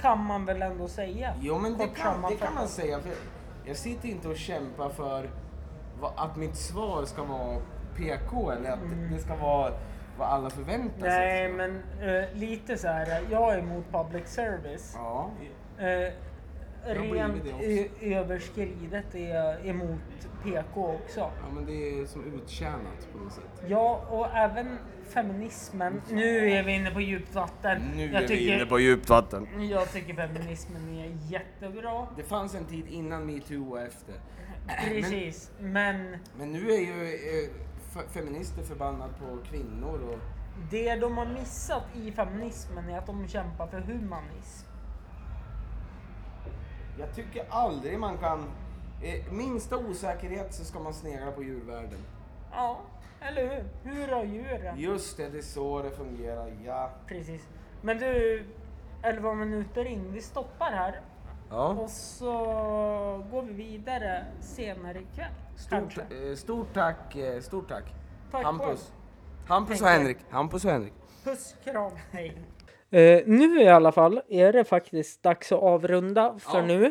Kan man väl ändå säga?
Jo men det
Kort
kan, det kan
sammanfattat.
man säga. För jag sitter inte och kämpar för vad- att mitt svar ska vara PK eller att det ska vara vad alla förväntar sig.
Mm. Nej, men eh, lite så här. Jag är emot public service.
Ja.
Eh,
blivit
rent
det också.
ö- överskridet är jag emot PK också.
ja, men det är som uttjänat på något sätt.
Ja, och även feminismen. Nu är vi inne på djupt vatten.
Nu
jag
är
tycker,
vi inne på djupt vatten.
Jag tycker feminismen är jättebra.
Det fanns en tid innan metoo och efter.
Precis, men
Men nu är ju eh, f- feminister förbannade på kvinnor och...
det de har missat i feminismen är att de kämpar för humanism.
Jag tycker aldrig man kan... Eh, minsta osäkerhet så ska man snegla på djurvärlden.
Ja, eller hur? Hur har djuren?
Just det, det är så det fungerar, ja.
Precis. Men du, 11 minuter in, vi stoppar här.
Ja.
Och så går vi vidare senare ikväll.
Stort,
kanske.
eh, stort tack, eh, stort tack.
Tack
Hampus.
själv.
Hampus och
Tänker.
Henrik. Hampus och Henrik.
Puss, kram, hej.
Eh, nu i alla fall är det faktiskt dags att avrunda för
Ja.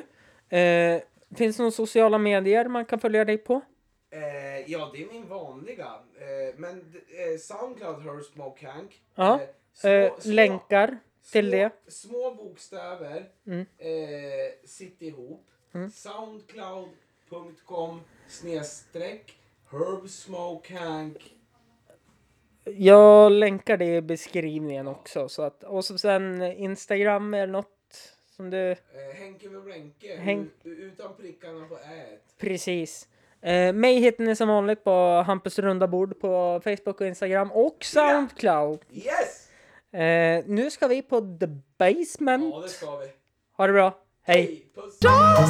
nu. Eh, finns det några sociala medier man kan följa dig på?
Eh, ja, det är min vanliga. Eh, men eh, Soundcloud hör Smoke Hank.
Ja.
Eh, små-
eh,
små-
länkar till
små,
det.
Små bokstäver
Mm.
eh, sitter ihop. Soundcloud.com snedstreck Herb Smoke Hank.
Jag länkar det i beskrivningen också. Så att, och så sen Instagram eller något som du...
Eh, Henke med Renke.
Henk-
U- utan prickarna på ät.
Precis. Eh, mig hittar ni som vanligt på Hampus runda bord på Facebook och Instagram och Soundcloud.
Yes!
Eh, nu ska vi på The Basement.
Ja, det ska vi.
Ha det bra. Hej.
Hej, puss!
Just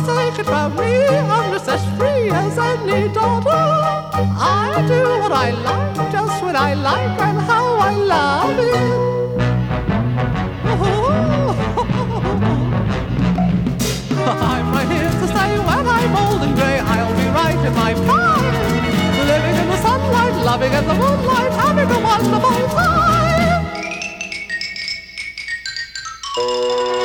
take it from me, I'm just as free as any daughter. I do what I like, just what I like, and how I love it. I'm right here to stay when I'm old and grey. I'll be right in my prime, living in the sunlight, loving in the moonlight, having a wonderful time.